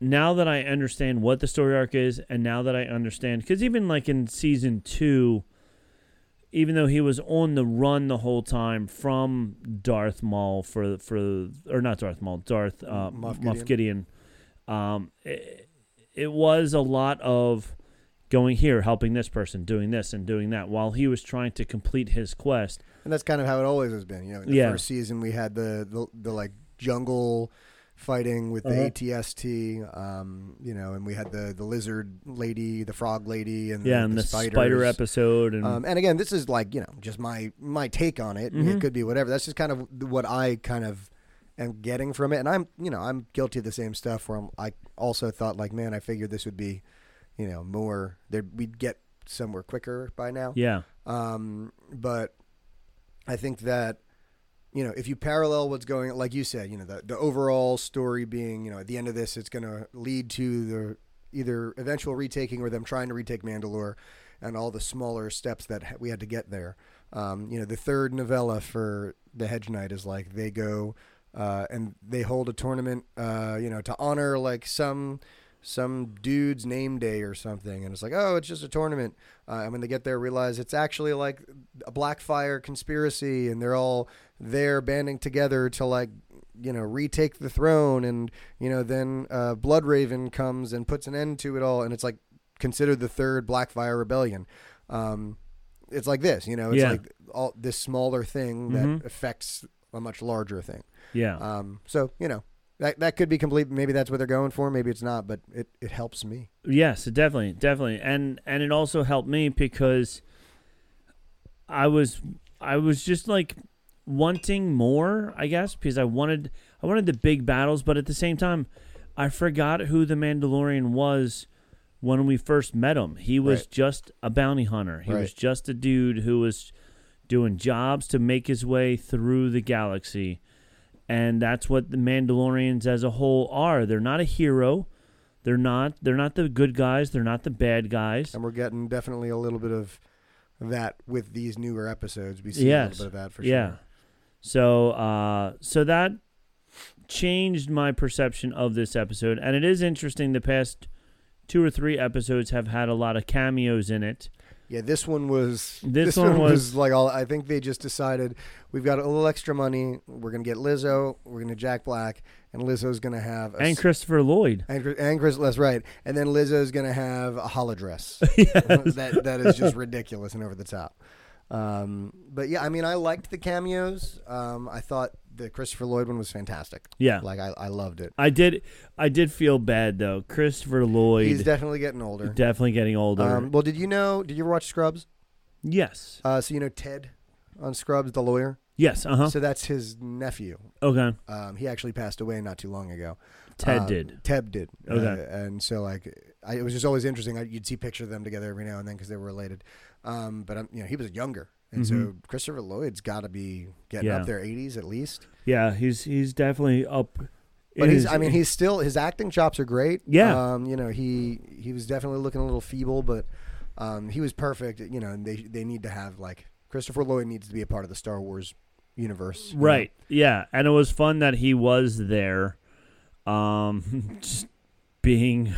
Speaker 1: now that I understand what the story arc is, and now that I understand, because even like in season two, even though he was on the run the whole time from Darth Maul for for or not Darth Maul, Darth uh,
Speaker 2: Moff
Speaker 1: Moff, Gideon, um, it, it was a lot of going here, helping this person, doing this and doing that, while he was trying to complete his quest.
Speaker 2: And that's kind of how it always has been. You know, in the
Speaker 1: Yeah.
Speaker 2: first season we had the the, the like jungle fighting with the
Speaker 1: Uh-huh.
Speaker 2: ATST, um, you know, and we had the the lizard lady, the frog lady, and
Speaker 1: Yeah,
Speaker 2: the,
Speaker 1: and the, spider,
Speaker 2: spiders.
Speaker 1: episode, and
Speaker 2: Um, and again, this is like you know just my my take on it.
Speaker 1: Mm-hmm.
Speaker 2: It could be whatever. That's just kind of what I kind of am getting from it. And I'm you know I'm guilty of the same stuff. Where I'm, I also thought like, man, I figured this would be, you know, more there we'd get somewhere quicker by now.
Speaker 1: yeah,
Speaker 2: Um, but I think that you know if you parallel what's going like you said, you know the the overall story being you know at the end of this, it's going to lead to the either eventual retaking or them trying to retake Mandalore, and all the smaller steps that ha- we had to get there. Um, you know the third novella for the Hedge Knight is like they go. Uh, and they hold a tournament, uh, you know, to honor like some some dude's name day or something, and it's like, oh, it's just a tournament. Uh, and when they get there, realize it's actually like a Blackfire conspiracy, and they're all there banding together to like, you know, retake the throne. And you know, then uh, Bloodraven comes and puts an end to it all, and it's like considered the third Blackfire rebellion. Um, it's like this, you know, it's
Speaker 1: Yeah.
Speaker 2: like all this smaller thing that affects a much larger thing.
Speaker 1: yeah.
Speaker 2: Um, so you know, that that could be complete. Maybe that's what they're going for. Maybe it's not, but it, it helps me.
Speaker 1: Yes, definitely, definitely, and and it also helped me because I was I was just like wanting more, I guess, because I wanted I wanted the big battles, but at the same time, I forgot who the Mandalorian was when we first met him. He was
Speaker 2: Right.
Speaker 1: just a bounty hunter. He was
Speaker 2: Right.
Speaker 1: just a dude who was doing jobs to make his way through the galaxy and that's what the Mandalorians as a whole are. They're not a hero. They're not. They're not the good guys. They're not the bad guys.
Speaker 2: and we're getting definitely a little bit of that with these newer episodes. We see
Speaker 1: Yes.
Speaker 2: a little bit of that for
Speaker 1: yeah.
Speaker 2: sure.
Speaker 1: So, uh, so that changed my perception of this episode, and it is interesting. The past two or three episodes have had a lot of cameos in it.
Speaker 2: Yeah, this one was.
Speaker 1: This one was-
Speaker 2: like all. I think they just decided we've got a little extra money. We're gonna get Lizzo. We're gonna Jack Black, and Lizzo's gonna have a
Speaker 1: And Christopher Lloyd.
Speaker 2: And, Chris- and Chris, that's right. And then Lizzo's going to have a holodress. that, that is just ridiculous and over the top. Um, but yeah, I mean, I liked the cameos. Um, I thought the Christopher Lloyd one was fantastic.
Speaker 1: Yeah.
Speaker 2: Like, I, I loved it.
Speaker 1: I did. I did feel bad though. Christopher Lloyd
Speaker 2: He's definitely getting older.
Speaker 1: definitely getting older.
Speaker 2: Um, well, did you know, did you ever watch Scrubs?
Speaker 1: yes.
Speaker 2: Uh, so, you know, Ted on Scrubs, the lawyer?
Speaker 1: Yes. Uh huh.
Speaker 2: So that's his nephew.
Speaker 1: okay.
Speaker 2: Um, he actually passed away not too long ago.
Speaker 1: Ted
Speaker 2: Um,
Speaker 1: did.
Speaker 2: Teb did.
Speaker 1: Okay.
Speaker 2: Uh, and so like, I, it was just always interesting. I, you'd see pictures of them together every now and then because they were related. Um, but I'm, you know, he was younger, and so Christopher Lloyd's got to be
Speaker 1: Mm-hmm.
Speaker 2: getting
Speaker 1: Yeah.
Speaker 2: up there, 80s at least.
Speaker 1: Yeah. He's he's definitely up.
Speaker 2: But
Speaker 1: in
Speaker 2: he's,
Speaker 1: his-
Speaker 2: I mean, he's still his acting chops are great.
Speaker 1: Yeah.
Speaker 2: Um, you know, he he was definitely looking a little feeble, but um, he was perfect. You know, and they they need to have like Christopher Lloyd needs to be a part of the Star Wars universe. you know?
Speaker 1: Right. Yeah. And it was fun that he was there. Um just being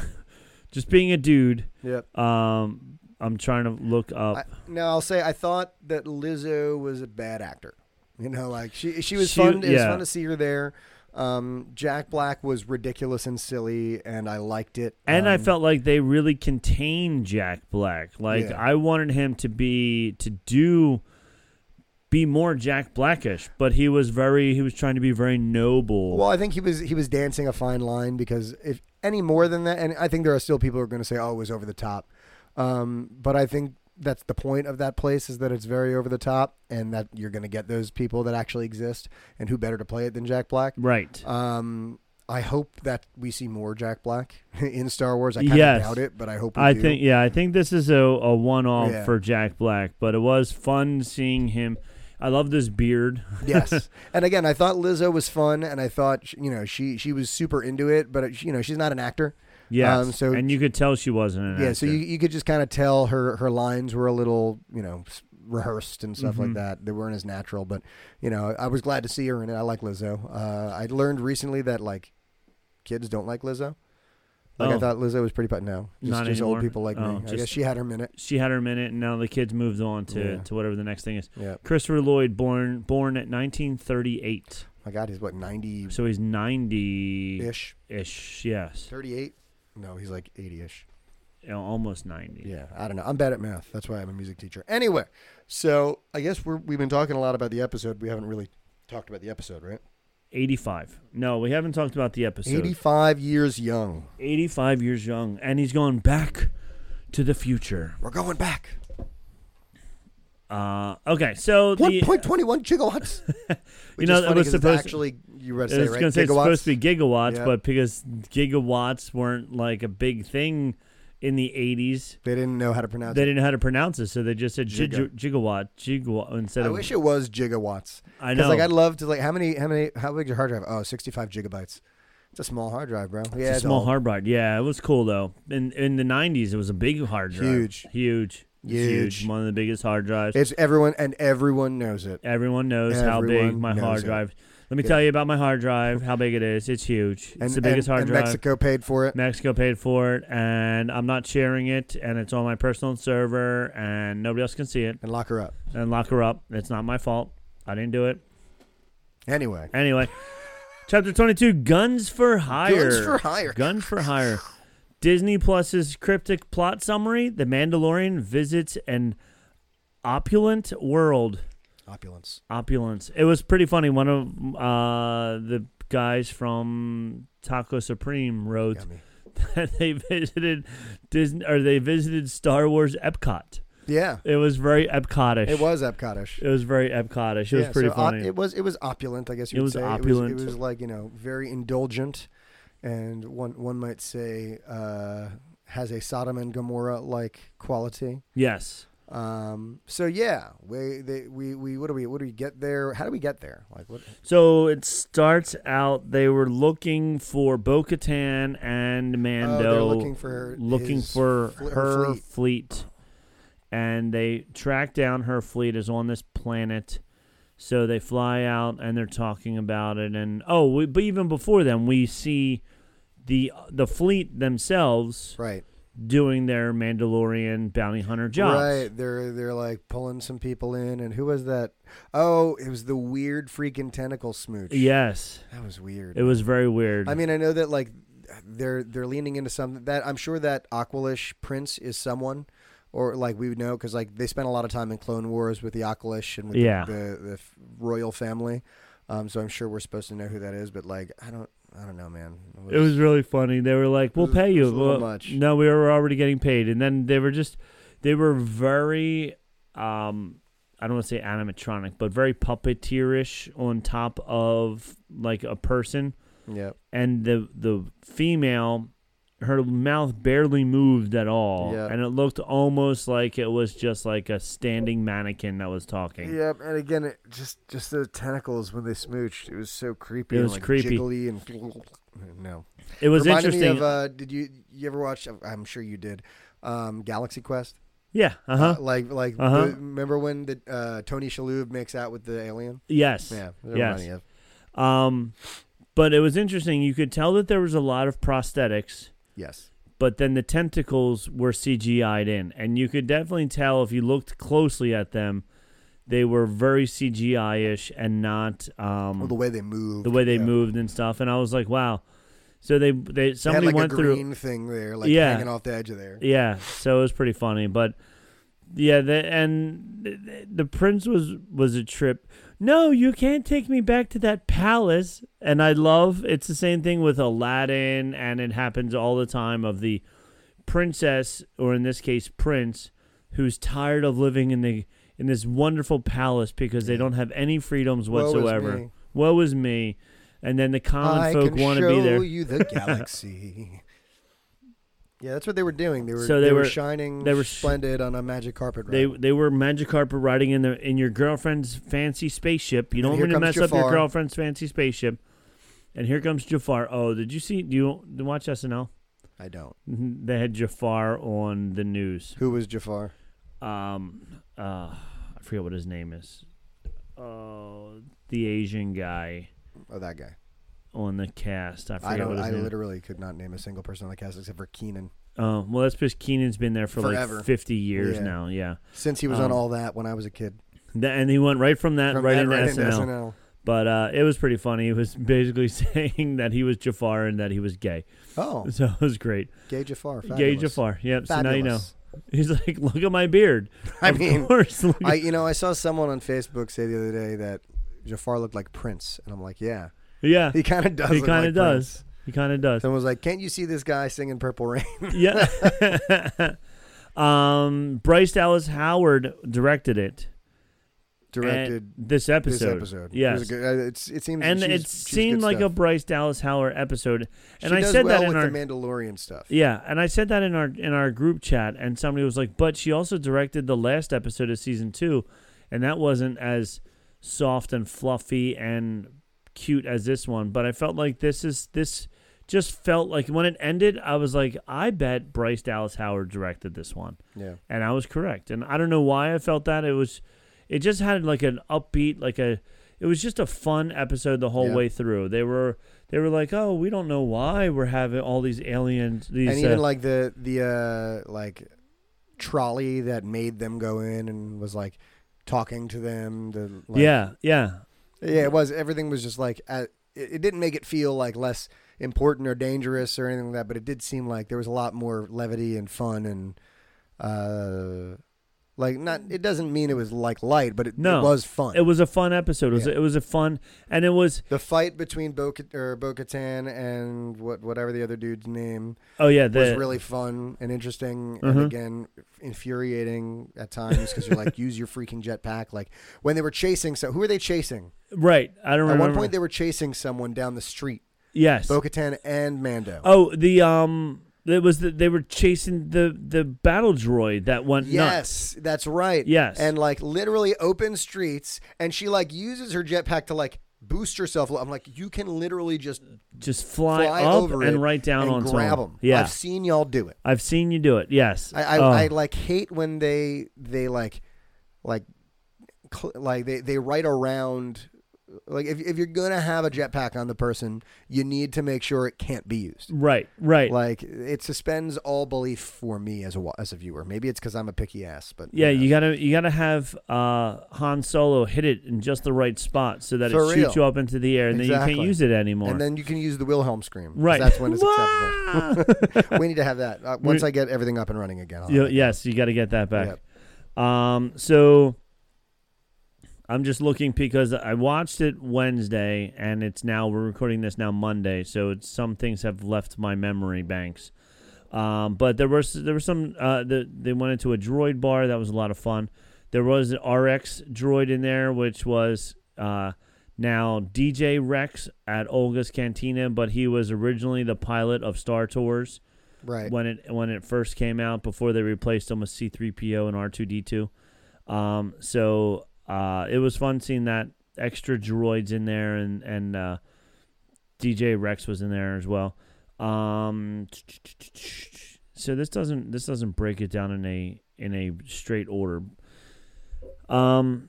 Speaker 1: just being a dude.
Speaker 2: Yep.
Speaker 1: Um I'm trying to look up.
Speaker 2: I, no, I'll say I thought that Lizzo was a bad actor. You know, like she she was
Speaker 1: She-
Speaker 2: fun. It was
Speaker 1: yeah.
Speaker 2: fun to see her there. Um, Jack Black was ridiculous and silly, and I liked it.
Speaker 1: and I
Speaker 2: Um,
Speaker 1: felt like they really contained Jack Black. Like
Speaker 2: Yeah.
Speaker 1: I wanted him to be to do be more Jack Blackish, but he was very he was trying to be very noble.
Speaker 2: well, I think he was he was dancing a fine line because if any more than that, and I think there are still people who are going to say, "Oh, it was over the top," um, but I think that's the point of that place is that it's very over the top, and that you're going to get those people that actually exist, and who better to play it than Jack Black?
Speaker 1: right.
Speaker 2: Um, I hope that we see more Jack Black in Star Wars. I kind of
Speaker 1: Yes.
Speaker 2: doubt it, but I hope. We
Speaker 1: I
Speaker 2: do.
Speaker 1: think yeah, I think this is a, a one off
Speaker 2: Yeah.
Speaker 1: for Jack Black, but it was fun seeing him. I love this beard.
Speaker 2: yes. And again, I thought Lizzo was fun, and I thought you know she she was super into it, but uh, you know she's not an actor.
Speaker 1: Yes.
Speaker 2: Um, so
Speaker 1: and you could tell she wasn't an
Speaker 2: yeah, so
Speaker 1: actor.
Speaker 2: you, you could just kind of tell her her lines were a little you know s- rehearsed and stuff
Speaker 1: Mm-hmm.
Speaker 2: like that. They weren't as natural, but you know I was glad to see her in it. I like Lizzo. Uh, I learned recently that like kids don't like Lizzo. Like I
Speaker 1: Oh.
Speaker 2: thought Lizzo was pretty. But no, just,
Speaker 1: Not
Speaker 2: just
Speaker 1: anymore?
Speaker 2: old people like
Speaker 1: Oh,
Speaker 2: me. I
Speaker 1: just-
Speaker 2: guess she had her minute.
Speaker 1: she had her minute, and now the kids moved on to,
Speaker 2: Yeah.
Speaker 1: to whatever the next thing is.
Speaker 2: Yeah.
Speaker 1: Christopher Lloyd, born born at 1938,
Speaker 2: My God, he's what ninety
Speaker 1: so he's 90
Speaker 2: ish,
Speaker 1: ish. Yes,
Speaker 2: thirty eight. No, he's like eighty ish.
Speaker 1: You know, almost 90.
Speaker 2: Yeah, I don't know. I'm bad at math. That's why I'm a music teacher. Anyway, so I guess we're, we've been talking a lot about the episode. We haven't really talked about the episode, right?
Speaker 1: 85. No, we haven't talked about the episode.
Speaker 2: Eighty five years young.
Speaker 1: 85 years young, and he's going back to the future.
Speaker 2: We're going back.
Speaker 1: Uh, okay, so
Speaker 2: One
Speaker 1: the uh,
Speaker 2: point twenty one gigawatts. Which
Speaker 1: know,
Speaker 2: is
Speaker 1: that
Speaker 2: funny
Speaker 1: was
Speaker 2: 'cause
Speaker 1: supposed-
Speaker 2: it's actually you were
Speaker 1: I
Speaker 2: gonna
Speaker 1: was
Speaker 2: say right.
Speaker 1: gonna say it's supposed to
Speaker 2: Gigawatts?
Speaker 1: be gigawatts,
Speaker 2: Yeah.
Speaker 1: but because gigawatts weren't like a big thing in the '80s,
Speaker 2: They didn't know how to pronounce
Speaker 1: they
Speaker 2: it.
Speaker 1: didn't know how to pronounce it, so they just said giga- gigawatt, gigawatt instead
Speaker 2: I
Speaker 1: of.
Speaker 2: wish it was gigawatts.
Speaker 1: I
Speaker 2: 'Cause, Like
Speaker 1: know.
Speaker 2: I'd love to like how many how many how big's your hard drive? Oh, 65 gigabytes. It's a small hard drive, bro. yeah,
Speaker 1: it's a
Speaker 2: it's
Speaker 1: small
Speaker 2: old.
Speaker 1: hard drive. Yeah, it was cool though. In in the '90s, it was a big hard drive.
Speaker 2: Huge.
Speaker 1: huge, It's huge.
Speaker 2: Huge.
Speaker 1: One of the biggest hard drives.
Speaker 2: It's everyone and everyone knows it.
Speaker 1: Everyone knows how big
Speaker 2: Everyone
Speaker 1: my
Speaker 2: knows
Speaker 1: hard
Speaker 2: it.
Speaker 1: drive. Let me tell you about my hard drive. How big it is. It's huge. It's
Speaker 2: And,
Speaker 1: the biggest
Speaker 2: and-
Speaker 1: hard
Speaker 2: and
Speaker 1: drive.
Speaker 2: Mexico paid for it.
Speaker 1: Mexico paid for it, and I'm not sharing it, and it's on my personal server, and nobody else can see it.
Speaker 2: and lock her up.
Speaker 1: and lock her up. It's not my fault. I didn't do it.
Speaker 2: Anyway,
Speaker 1: Anyway, chapter 22 Guns for Hire.
Speaker 2: Guns for Hire.
Speaker 1: Guns for Hire. Disney Plus's cryptic plot summary The Mandalorian visits an opulent world.
Speaker 2: opulence.
Speaker 1: Opulence. It was pretty funny. One of uh, the guys from Taco Supreme wrote
Speaker 2: Yummy.
Speaker 1: that they visited Disney or they visited Star Wars Epcot.
Speaker 2: Yeah,
Speaker 1: It was very Epcotish.
Speaker 2: it was Epcotish.
Speaker 1: It was very Epcotish. It
Speaker 2: yeah,
Speaker 1: was pretty
Speaker 2: so op-
Speaker 1: funny.
Speaker 2: it was it was opulent, I guess you
Speaker 1: It
Speaker 2: would
Speaker 1: was
Speaker 2: say. It
Speaker 1: opulent.
Speaker 2: was, it was like you know very indulgent, and one one might say uh, has a Sodom and Gomorrah like quality.
Speaker 1: yes.
Speaker 2: Um, so yeah, we they, we we what do we what do we get there? How do we get there? Like what?
Speaker 1: So it starts out they were looking for Bo Katan and
Speaker 2: Oh,
Speaker 1: Mando
Speaker 2: they're looking for
Speaker 1: looking
Speaker 2: his
Speaker 1: for
Speaker 2: fl-
Speaker 1: her fleet.
Speaker 2: fleet.
Speaker 1: And they track down her fleet is on this planet. So they fly out and they're talking about it and oh we, but even before then we see the the fleet themselves
Speaker 2: Right,
Speaker 1: doing their Mandalorian bounty hunter jobs.
Speaker 2: right. They're they're like pulling some people in, and who was that? Oh, it was the weird freaking tentacle smooch.
Speaker 1: Yes.
Speaker 2: that was weird.
Speaker 1: It was very weird.
Speaker 2: I mean, I know that like they're they're leaning into something that I'm sure that Aqualish Prince is someone, or like we would know because like they spent a lot of time in Clone Wars with the Aqualish and with
Speaker 1: Yeah.
Speaker 2: the, the the f- royal family, um. So I'm sure we're supposed to know who that is, but like I don't I don't know, man.
Speaker 1: It was really funny. They were like, "We'll
Speaker 2: It was-
Speaker 1: pay
Speaker 2: it
Speaker 1: you."
Speaker 2: was a little
Speaker 1: Well,
Speaker 2: much.
Speaker 1: No, we were already getting paid, and then they were just, they were very, um, I don't want to say animatronic, but very puppeteerish on top of like a person,
Speaker 2: yeah
Speaker 1: and the the female, her mouth barely moved at all,
Speaker 2: Yeah.
Speaker 1: and it looked almost like it was just like a standing mannequin that was talking.
Speaker 2: Yep, and again, it just just the tentacles when they smooched, it was so creepy.
Speaker 1: It
Speaker 2: and,
Speaker 1: was
Speaker 2: like,
Speaker 1: creepy.
Speaker 2: jiggly and no.
Speaker 1: It was
Speaker 2: Reminded
Speaker 1: interesting.
Speaker 2: me of uh, did you you ever watch? uh, I'm sure you did. Um, Galaxy Quest.
Speaker 1: yeah. Uh huh.
Speaker 2: Like like
Speaker 1: Uh-huh.
Speaker 2: the, remember when the uh, Tony Shalhoub makes out with the alien?
Speaker 1: Yes.
Speaker 2: Yeah, that reminded
Speaker 1: Yes.
Speaker 2: me of-
Speaker 1: Um, but it was interesting. You could tell that there was a lot of prosthetics,
Speaker 2: yes.
Speaker 1: but then the tentacles were CGI'd in, and you could definitely tell if you looked closely at them, they were very CGI-ish and not um,
Speaker 2: Well, Oh, the way they move.
Speaker 1: the way they
Speaker 2: yeah.
Speaker 1: moved and stuff. And I was like, wow. So they they
Speaker 2: They had
Speaker 1: somebody
Speaker 2: like
Speaker 1: went
Speaker 2: a
Speaker 1: through
Speaker 2: green thing there, like
Speaker 1: Yeah.
Speaker 2: hanging off the edge of there.
Speaker 1: yeah, so it was pretty funny, but yeah, the, and the, the prince was was a trip. No, you can't take me back to that palace. And I love it's the same thing with Aladdin, and it happens all the time of the princess, or in this case, prince, who's tired of living in the in this wonderful palace because they don't have any freedoms
Speaker 2: Woe is
Speaker 1: whatsoemer.
Speaker 2: me.
Speaker 1: Woe is me. And then the common
Speaker 2: I
Speaker 1: folk
Speaker 2: can
Speaker 1: want to
Speaker 2: show
Speaker 1: be there.
Speaker 2: you the galaxy. yeah, that's what they were doing. They were
Speaker 1: So they
Speaker 2: they, were,
Speaker 1: were-
Speaker 2: shining.
Speaker 1: they were sh-
Speaker 2: splendid on a magic carpet. Ride.
Speaker 1: They they were magic carpet riding in the in your girlfriend's fancy spaceship. You
Speaker 2: And
Speaker 1: don't
Speaker 2: here
Speaker 1: want to
Speaker 2: comes
Speaker 1: mess up your
Speaker 2: Jafar.
Speaker 1: girlfriend's fancy spaceship. And here comes Jafar. Oh, did you see? Do you, do you watch SNL?
Speaker 2: I don't.
Speaker 1: Mhm, They had Jafar on the news.
Speaker 2: Who was Jafar?
Speaker 1: Um, uh, I forget what his name is. Oh, the Asian guy
Speaker 2: Oh, that guy.
Speaker 1: on the cast. I forget
Speaker 2: I don't.
Speaker 1: what his
Speaker 2: I
Speaker 1: name.
Speaker 2: literally could not name a single person on the cast except for Keenan.
Speaker 1: Oh, well, that's because Keenan's been there for
Speaker 2: Forever.
Speaker 1: like fifty years
Speaker 2: Yeah.
Speaker 1: now. Yeah,
Speaker 2: Since he was on
Speaker 1: Um,
Speaker 2: all that when I was a kid.
Speaker 1: Th- and he went right from that
Speaker 2: From
Speaker 1: right,
Speaker 2: that
Speaker 1: into, SNL.
Speaker 2: SNL.
Speaker 1: But uh, it was pretty funny. He was basically saying that he was Jafar and that he was gay.
Speaker 2: Oh,
Speaker 1: So it was great.
Speaker 2: Gay Jafar. Fabulous.
Speaker 1: Gay Jafar. Yep. So now you know.
Speaker 2: Fabulous.
Speaker 1: He's like, look at my beard.
Speaker 2: I
Speaker 1: of
Speaker 2: mean,
Speaker 1: course. look
Speaker 2: I
Speaker 1: at-
Speaker 2: you know I saw someone on Facebook say the other day that Jafar looked like Prince, and I'm like, yeah,
Speaker 1: yeah.
Speaker 2: he kind of does.
Speaker 1: He
Speaker 2: look
Speaker 1: kind
Speaker 2: like
Speaker 1: of does.
Speaker 2: Prince.
Speaker 1: He kind of does.
Speaker 2: Someone was like, can't you see this guy singing Purple Rain?
Speaker 1: yeah. um, Bryce Dallas Howard directed it. and
Speaker 2: Directed
Speaker 1: this episode.
Speaker 2: this episode. It
Speaker 1: Yes.
Speaker 2: was a good- uh, it's, it seems
Speaker 1: and
Speaker 2: she's-
Speaker 1: it
Speaker 2: she's good
Speaker 1: seemed like a
Speaker 2: stuff.
Speaker 1: Bryce Dallas Howard episode. And
Speaker 2: She
Speaker 1: I
Speaker 2: does
Speaker 1: said
Speaker 2: well
Speaker 1: that in
Speaker 2: with
Speaker 1: our
Speaker 2: the Mandalorian stuff.
Speaker 1: Yeah, and I said that in our in our group chat, and somebody was like, "But she also directed the last episode of season two, and that wasn't as soft and fluffy and cute as this one." But I felt like this is this just felt like when it ended, I was like, "I bet Bryce Dallas Howard directed this one,"
Speaker 2: yeah.
Speaker 1: and I was correct. And I don't know why I felt that it was, it just had like an upbeat, like a, it was just a fun episode the whole
Speaker 2: Yeah.
Speaker 1: way through. They were. They were like, "Oh, we don't know why we're having all these aliens." These
Speaker 2: and
Speaker 1: uh,
Speaker 2: even like the the uh like trolley that made them go in and was like talking to them the like,
Speaker 1: yeah, yeah,
Speaker 2: yeah it was everything was just like at, it, it didn't make it feel like less important or dangerous or anything like that but it did seem like there was a lot more levity and fun and uh like not it doesn't mean it was like light but it,
Speaker 1: No.
Speaker 2: it was fun
Speaker 1: It was a fun episode. It was,
Speaker 2: Yeah.
Speaker 1: it was a fun, and it was
Speaker 2: the fight between Bo or Bo-Katan and what whatever the other dude's name
Speaker 1: oh yeah, the, Mm-hmm.
Speaker 2: was really fun and interesting and again infuriating at times because you're like use your freaking jetpack like when they were chasing so who are they chasing
Speaker 1: right. I don't
Speaker 2: at
Speaker 1: remember.
Speaker 2: one point they were chasing someone down the street
Speaker 1: yes.
Speaker 2: Bo-Katan and Mando
Speaker 1: Oh, the um, It was that they were chasing the the battle droid that went nuts.
Speaker 2: Yes, that's right.
Speaker 1: Yes.
Speaker 2: and like literally open streets, and she like uses her jetpack to like boost herself. I'm like, you can literally just
Speaker 1: Just fly,
Speaker 2: fly
Speaker 1: up
Speaker 2: over
Speaker 1: and
Speaker 2: it
Speaker 1: right down
Speaker 2: and
Speaker 1: on
Speaker 2: grab
Speaker 1: someone.
Speaker 2: them.
Speaker 1: Yeah,
Speaker 2: I've seen y'all do it.
Speaker 1: I've seen you do it. Yes,
Speaker 2: I I,
Speaker 1: Oh,
Speaker 2: I like hate when they they like like cl- like they they write around. Like if if you're gonna have a jetpack on the person, you need to make sure it can't be used.
Speaker 1: right, right.
Speaker 2: Like it suspends all belief for me as a wa- as a viewer. Maybe it's because I'm a picky ass, but
Speaker 1: yeah, you gotta you gotta have uh, Han Solo hit it in just the right spot so that
Speaker 2: For
Speaker 1: it
Speaker 2: real.
Speaker 1: shoots you up into the air, and then you
Speaker 2: Exactly.
Speaker 1: can't use it anymore.
Speaker 2: And then you can use the Wilhelm scream. 'cause
Speaker 1: right,
Speaker 2: That's when it's acceptable.
Speaker 1: acceptable.
Speaker 2: we need to have that uh, once I get everything up and running again. I'll have
Speaker 1: You-
Speaker 2: it.
Speaker 1: yes, you got to get that back. Um, so I'm just looking because I watched it Wednesday, and it's now we're recording this now Monday, so it's, some things have left my memory banks. Um, but there was there was some uh, the, they went into a droid bar that was a lot of fun. There was an RX droid in there, which was uh, now DJ Rex at Olga's Cantina, but he was originally the pilot of Star Tours
Speaker 2: right.
Speaker 1: when it when it first came out before they replaced them with C3PO and R2D2. Um, so uh, it was fun seeing that extra droids in there and and uh, DJ Rex was in there as well. Um, so this doesn't this doesn't break it down in a in a straight order. Um,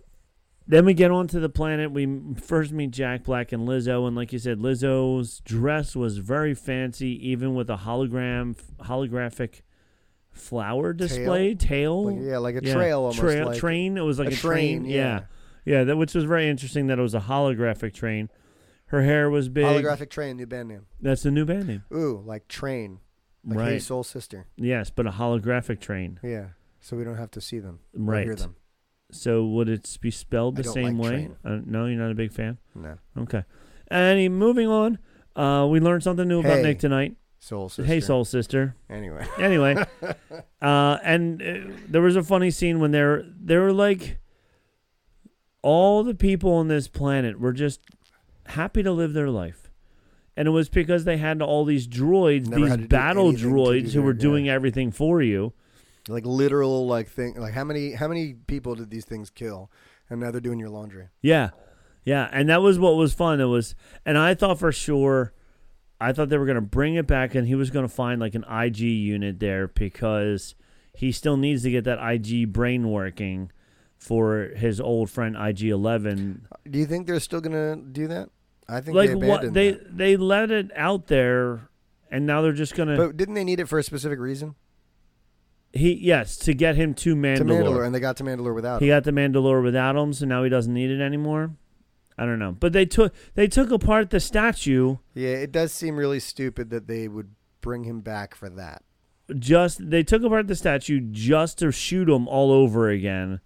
Speaker 1: then we get onto the planet. We m- first meet Jack Black and Lizzo, and like you said, Lizzo's dress was very fancy, even with a hologram holographic flower display tail.
Speaker 2: Like- yeah, like a trail almost,
Speaker 1: Trail-
Speaker 2: like-
Speaker 1: train. It was like
Speaker 2: a
Speaker 1: a, train.
Speaker 2: train,
Speaker 1: Yeah. yeah, That which was very interesting. That it was a holographic train. Her hair was big.
Speaker 2: Holographic Train, new band name.
Speaker 1: That's the new band name.
Speaker 2: Ooh, like Train, like Hey
Speaker 1: Right.
Speaker 2: Soul Sister.
Speaker 1: Yes, but a holographic train.
Speaker 2: Yeah. So we don't have to see them. or
Speaker 1: Right.
Speaker 2: Hear them.
Speaker 1: So would it be spelled
Speaker 2: I
Speaker 1: the
Speaker 2: don't
Speaker 1: same
Speaker 2: like
Speaker 1: way?
Speaker 2: train.
Speaker 1: Uh, no, you're not a big fan.
Speaker 2: No.
Speaker 1: Okay. Any moving on. Uh, we learned something new about
Speaker 2: Hey,
Speaker 1: Nick tonight.
Speaker 2: Soul Sister.
Speaker 1: Hey, soul sister.
Speaker 2: Anyway.
Speaker 1: Anyway, uh, and uh, there was a funny scene when they're they're like, all the people on this planet were just happy to live their life, and it was because they had all these droids,
Speaker 2: Never had to
Speaker 1: these
Speaker 2: do
Speaker 1: battle
Speaker 2: anything to do
Speaker 1: droids who
Speaker 2: their-
Speaker 1: were
Speaker 2: yeah.
Speaker 1: doing everything for you.
Speaker 2: Like literal like thing. Like how many how many people did these things kill? And now they're doing your laundry.
Speaker 1: Yeah. Yeah. And that was what was fun. It was and I thought for sure I thought they were gonna bring it back and he was gonna find like an IG unit there because he still needs to get that IG brain working for his old friend IG eleven.
Speaker 2: Do you think they're still gonna do that? I think
Speaker 1: Like
Speaker 2: they
Speaker 1: what
Speaker 2: abandoned
Speaker 1: they
Speaker 2: that.
Speaker 1: they let it out there and now they're just gonna
Speaker 2: But didn't they need it for a specific reason?
Speaker 1: he yes, to get him to Mandalore.
Speaker 2: To Mandalore, and they got to Mandalore without
Speaker 1: He
Speaker 2: it.
Speaker 1: got the Mandalore without him, so now he doesn't need it anymore. I don't know. But they took they took apart the statue
Speaker 2: Yeah, it does seem really stupid that they would bring him back for that.
Speaker 1: just they took apart the statue just to shoot him all over again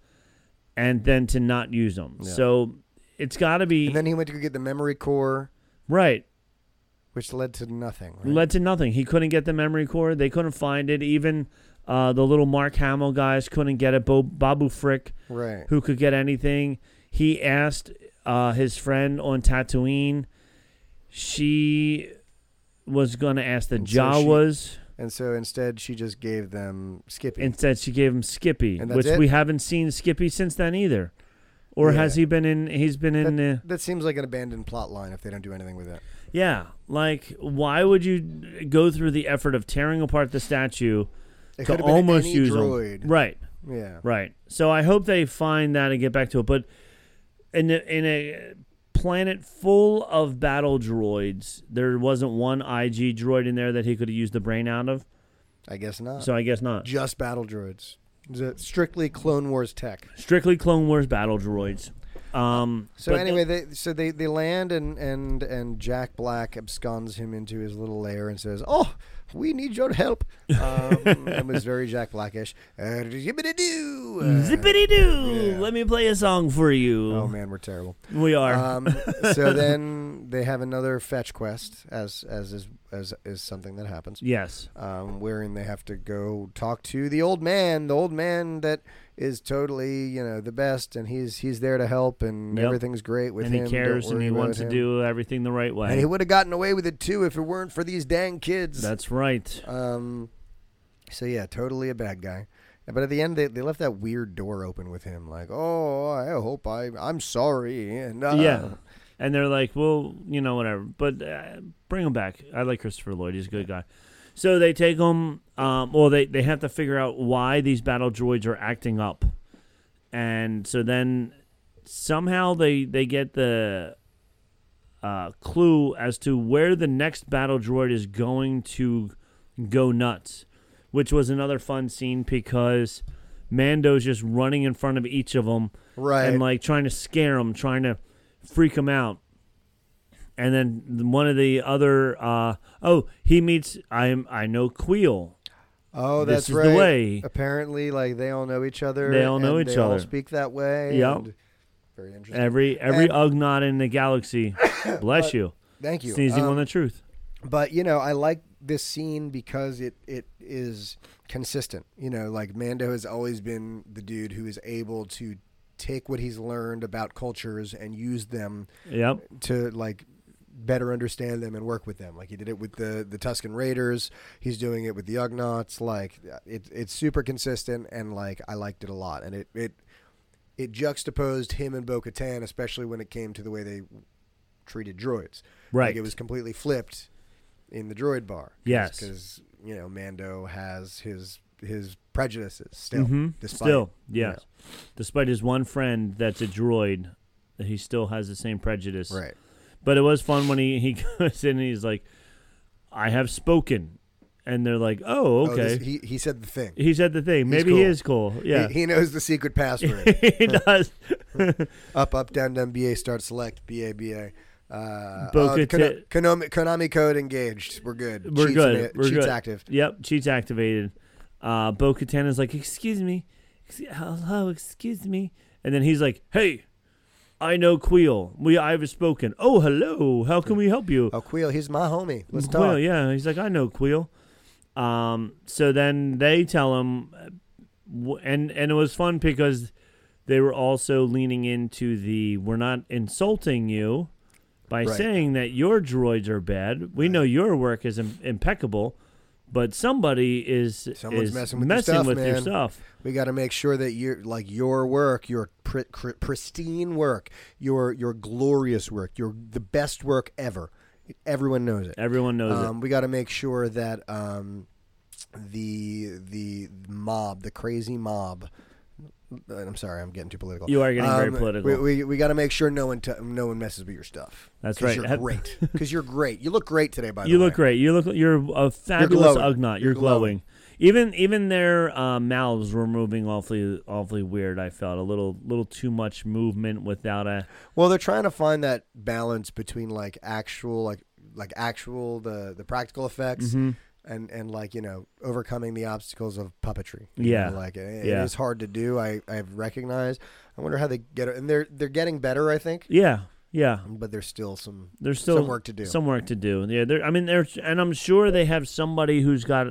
Speaker 1: and then to not use them.
Speaker 2: Yeah.
Speaker 1: So it's got to be
Speaker 2: And then he went to go get the memory core,
Speaker 1: right.
Speaker 2: which led to nothing. Right?
Speaker 1: Led to nothing. He couldn't get the memory core. They couldn't find it. Even uh, the little Mark Hamill guys couldn't get it. Bo- Babu Frick,
Speaker 2: right.
Speaker 1: who could get anything, he asked uh, his friend on Tatooine. She was going to ask the
Speaker 2: And so she-
Speaker 1: Jawas.
Speaker 2: And so instead, she just gave them Skippy.
Speaker 1: Instead, she gave him Skippy,
Speaker 2: And that's
Speaker 1: which
Speaker 2: it?
Speaker 1: we haven't seen Skippy since then either. Or
Speaker 2: Yeah.
Speaker 1: has he been in? He's been in.
Speaker 2: that,
Speaker 1: Uh,
Speaker 2: that seems like an abandoned plot line if they don't do anything with it.
Speaker 1: yeah, like why would you go through the effort of tearing apart the statue
Speaker 2: It
Speaker 1: to
Speaker 2: could have been
Speaker 1: almost
Speaker 2: any
Speaker 1: use 'em?
Speaker 2: droid.
Speaker 1: Right,
Speaker 2: Yeah.
Speaker 1: right. So I hope they find that and get back to it. But in a, in a planet full of battle droids, there wasn't one IG droid in there that he could have used the brain out of.
Speaker 2: I guess not.
Speaker 1: So I guess not.
Speaker 2: just battle droids. Is it Strictly Clone Wars tech.
Speaker 1: Strictly Clone Wars battle droids. Um,
Speaker 2: So
Speaker 1: but-
Speaker 2: anyway, they so they, they land and, and and Jack Black absconds him into his little lair and says, "Oh, we need your help." Um, it was very Jack Blackish. Uh, zippity-doo. Uh,
Speaker 1: Zippity doo!
Speaker 2: Yeah.
Speaker 1: Let me play a song for you.
Speaker 2: Oh man, we're terrible.
Speaker 1: We are.
Speaker 2: Um, so then they have another fetch quest, as as is as is something that happens,
Speaker 1: yes.
Speaker 2: um, wherein they have to go talk to the old man, the old man that is totally you know the best, and he's he's there to help, and
Speaker 1: Yep.
Speaker 2: everything's great with
Speaker 1: And
Speaker 2: him.
Speaker 1: he cares
Speaker 2: Don't
Speaker 1: and
Speaker 2: worry
Speaker 1: he
Speaker 2: about
Speaker 1: wants to
Speaker 2: him.
Speaker 1: do everything the right way.
Speaker 2: And he would have gotten away with it too if it weren't for these dang kids.
Speaker 1: That's right.
Speaker 2: Um, so yeah, totally a bad guy. But at the end, they, they left that weird door open with him, like, "Oh, I hope I I'm sorry." And uh,
Speaker 1: yeah. And they're like, well, you know, whatever. But uh, bring him back. I like Christopher Lloyd. He's a good guy. So they take him. Um, well, they, they have to figure out why these battle droids are acting up. And so then somehow they, they get the uh, clue as to where the next battle droid is going to go nuts, which was another fun scene because Mando's just running in front of each of them
Speaker 2: right.
Speaker 1: and like trying to scare them, trying to freak them out. And then one of the other, uh, oh, he meets I am I know Queel.
Speaker 2: oh,
Speaker 1: this
Speaker 2: that's
Speaker 1: is the
Speaker 2: right.
Speaker 1: way.
Speaker 2: Apparently, like they all know each other.
Speaker 1: They all know
Speaker 2: and
Speaker 1: each
Speaker 2: they all
Speaker 1: other.
Speaker 2: speak that way.
Speaker 1: Yep.
Speaker 2: and- Very interesting.
Speaker 1: Every every
Speaker 2: And-
Speaker 1: Ugnaught in the galaxy, bless you,
Speaker 2: Thank you.
Speaker 1: sneezing
Speaker 2: Um,
Speaker 1: on the truth.
Speaker 2: but you know i like this scene because it it is consistent you know like mando has always been the dude who is able to take what he's learned about cultures and use them
Speaker 1: Yep,
Speaker 2: to like better understand them and work with them like he did it with the the tuscan raiders he's doing it with the ugnaughts like it, it's super consistent and like i liked it a lot and it it it juxtaposed him and bo-katan especially when it came to the way they treated droids like
Speaker 1: Right.
Speaker 2: it was completely flipped in the droid bar
Speaker 1: Yes.
Speaker 2: because you know mando has his his prejudices still despite
Speaker 1: Mm-hmm. still
Speaker 2: you
Speaker 1: yes. Despite his one friend that's a droid, he still has the same prejudice.
Speaker 2: know. right
Speaker 1: But it was fun when he he goes in and he's like, "I have spoken," and they're like, "Oh,
Speaker 2: Oh, this-
Speaker 1: okay."
Speaker 2: he, he said the thing
Speaker 1: he, said the thing. Maybe he
Speaker 2: cool.
Speaker 1: is cool. Yeah,
Speaker 2: he, he knows the secret password
Speaker 1: he does.
Speaker 2: up, up, down, down, BA, start, select, BA, BA. Uh,
Speaker 1: Boca
Speaker 2: oh, Kono- Konami, Konami code engaged. We're good.
Speaker 1: We're
Speaker 2: Cheats
Speaker 1: good.
Speaker 2: ma-
Speaker 1: We're
Speaker 2: cheats
Speaker 1: good.
Speaker 2: active.
Speaker 1: Yep, cheats activated. Uh, Bo Katan is like, "Excuse me, Excu- hello, excuse me," and then he's like, "Hey, I know Queel. We I have spoken. Oh, hello. How can we help you?"
Speaker 2: Oh, Queel, he's my homie. Let's
Speaker 1: Queel,
Speaker 2: talk.
Speaker 1: yeah. He's like, I know Queel. Um, so then they tell him, uh, w- and and it was fun because they were also leaning into the we're not insulting you by
Speaker 2: Right.
Speaker 1: saying that your droids are bad. We know your work is Im- impeccable, but somebody is
Speaker 2: Someone's
Speaker 1: is
Speaker 2: messing with your stuff,
Speaker 1: with your
Speaker 2: man.
Speaker 1: stuff.
Speaker 2: We got to make sure that your like your work, your pr- cr- pristine work, your your glorious work, your the best work ever. Everyone knows it.
Speaker 1: Everyone knows it.
Speaker 2: um, we got to make sure that um, the the mob, the crazy mob. uh, I'm sorry, I'm getting too political.
Speaker 1: You are getting very
Speaker 2: Um,
Speaker 1: political.
Speaker 2: We, we, we got to make sure no one t- no one messes with your stuff.
Speaker 1: That's right.
Speaker 2: 'Cause You're
Speaker 1: Have-
Speaker 2: great because you're great. You look great today, by the
Speaker 1: You
Speaker 2: way.
Speaker 1: look great. You look you're a fabulous
Speaker 2: glowing.
Speaker 1: Ugnaught. You're,
Speaker 2: You're
Speaker 1: glowing.
Speaker 2: glowing.
Speaker 1: Even even their uh, mouths were moving awfully awfully weird. I felt a little little too much movement without a
Speaker 2: Well, they're trying to find that balance between like actual like like actual the the practical effects.
Speaker 1: Mm-hmm.
Speaker 2: And, and like you know overcoming the obstacles of puppetry You
Speaker 1: Yeah.
Speaker 2: know, like eh, it,
Speaker 1: Yeah.
Speaker 2: it is hard to do i i've recognized i wonder how they get it and they're they're getting better i think
Speaker 1: yeah yeah.
Speaker 2: but there's still some
Speaker 1: There's still
Speaker 2: some work to do.
Speaker 1: Some work to do. Yeah, there. I mean, there's and I'm sure they have somebody who's got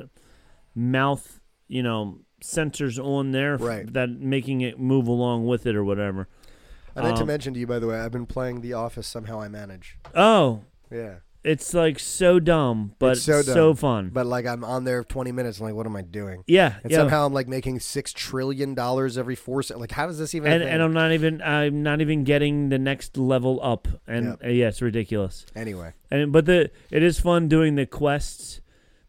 Speaker 1: mouth you know sensors on there f-
Speaker 2: Right.
Speaker 1: that making it move along with it or whatever.
Speaker 2: I meant to
Speaker 1: Um,
Speaker 2: mention to you, by the way, I've been playing The Office. Somehow I manage.
Speaker 1: Oh,
Speaker 2: Yeah,
Speaker 1: it's like so dumb, but
Speaker 2: It's so
Speaker 1: so
Speaker 2: dumb.
Speaker 1: fun.
Speaker 2: but like I'm on there 20 minutes. I'm like, what am I doing?
Speaker 1: yeah,
Speaker 2: And
Speaker 1: yeah.
Speaker 2: somehow I'm like making six trillion dollars every four. Se- like, how does this even? a
Speaker 1: and,
Speaker 2: thing?
Speaker 1: and I'm not even I'm not even getting the next level up, and
Speaker 2: Yep.
Speaker 1: uh, yeah, it's ridiculous.
Speaker 2: anyway,
Speaker 1: And but the it is fun doing the quests,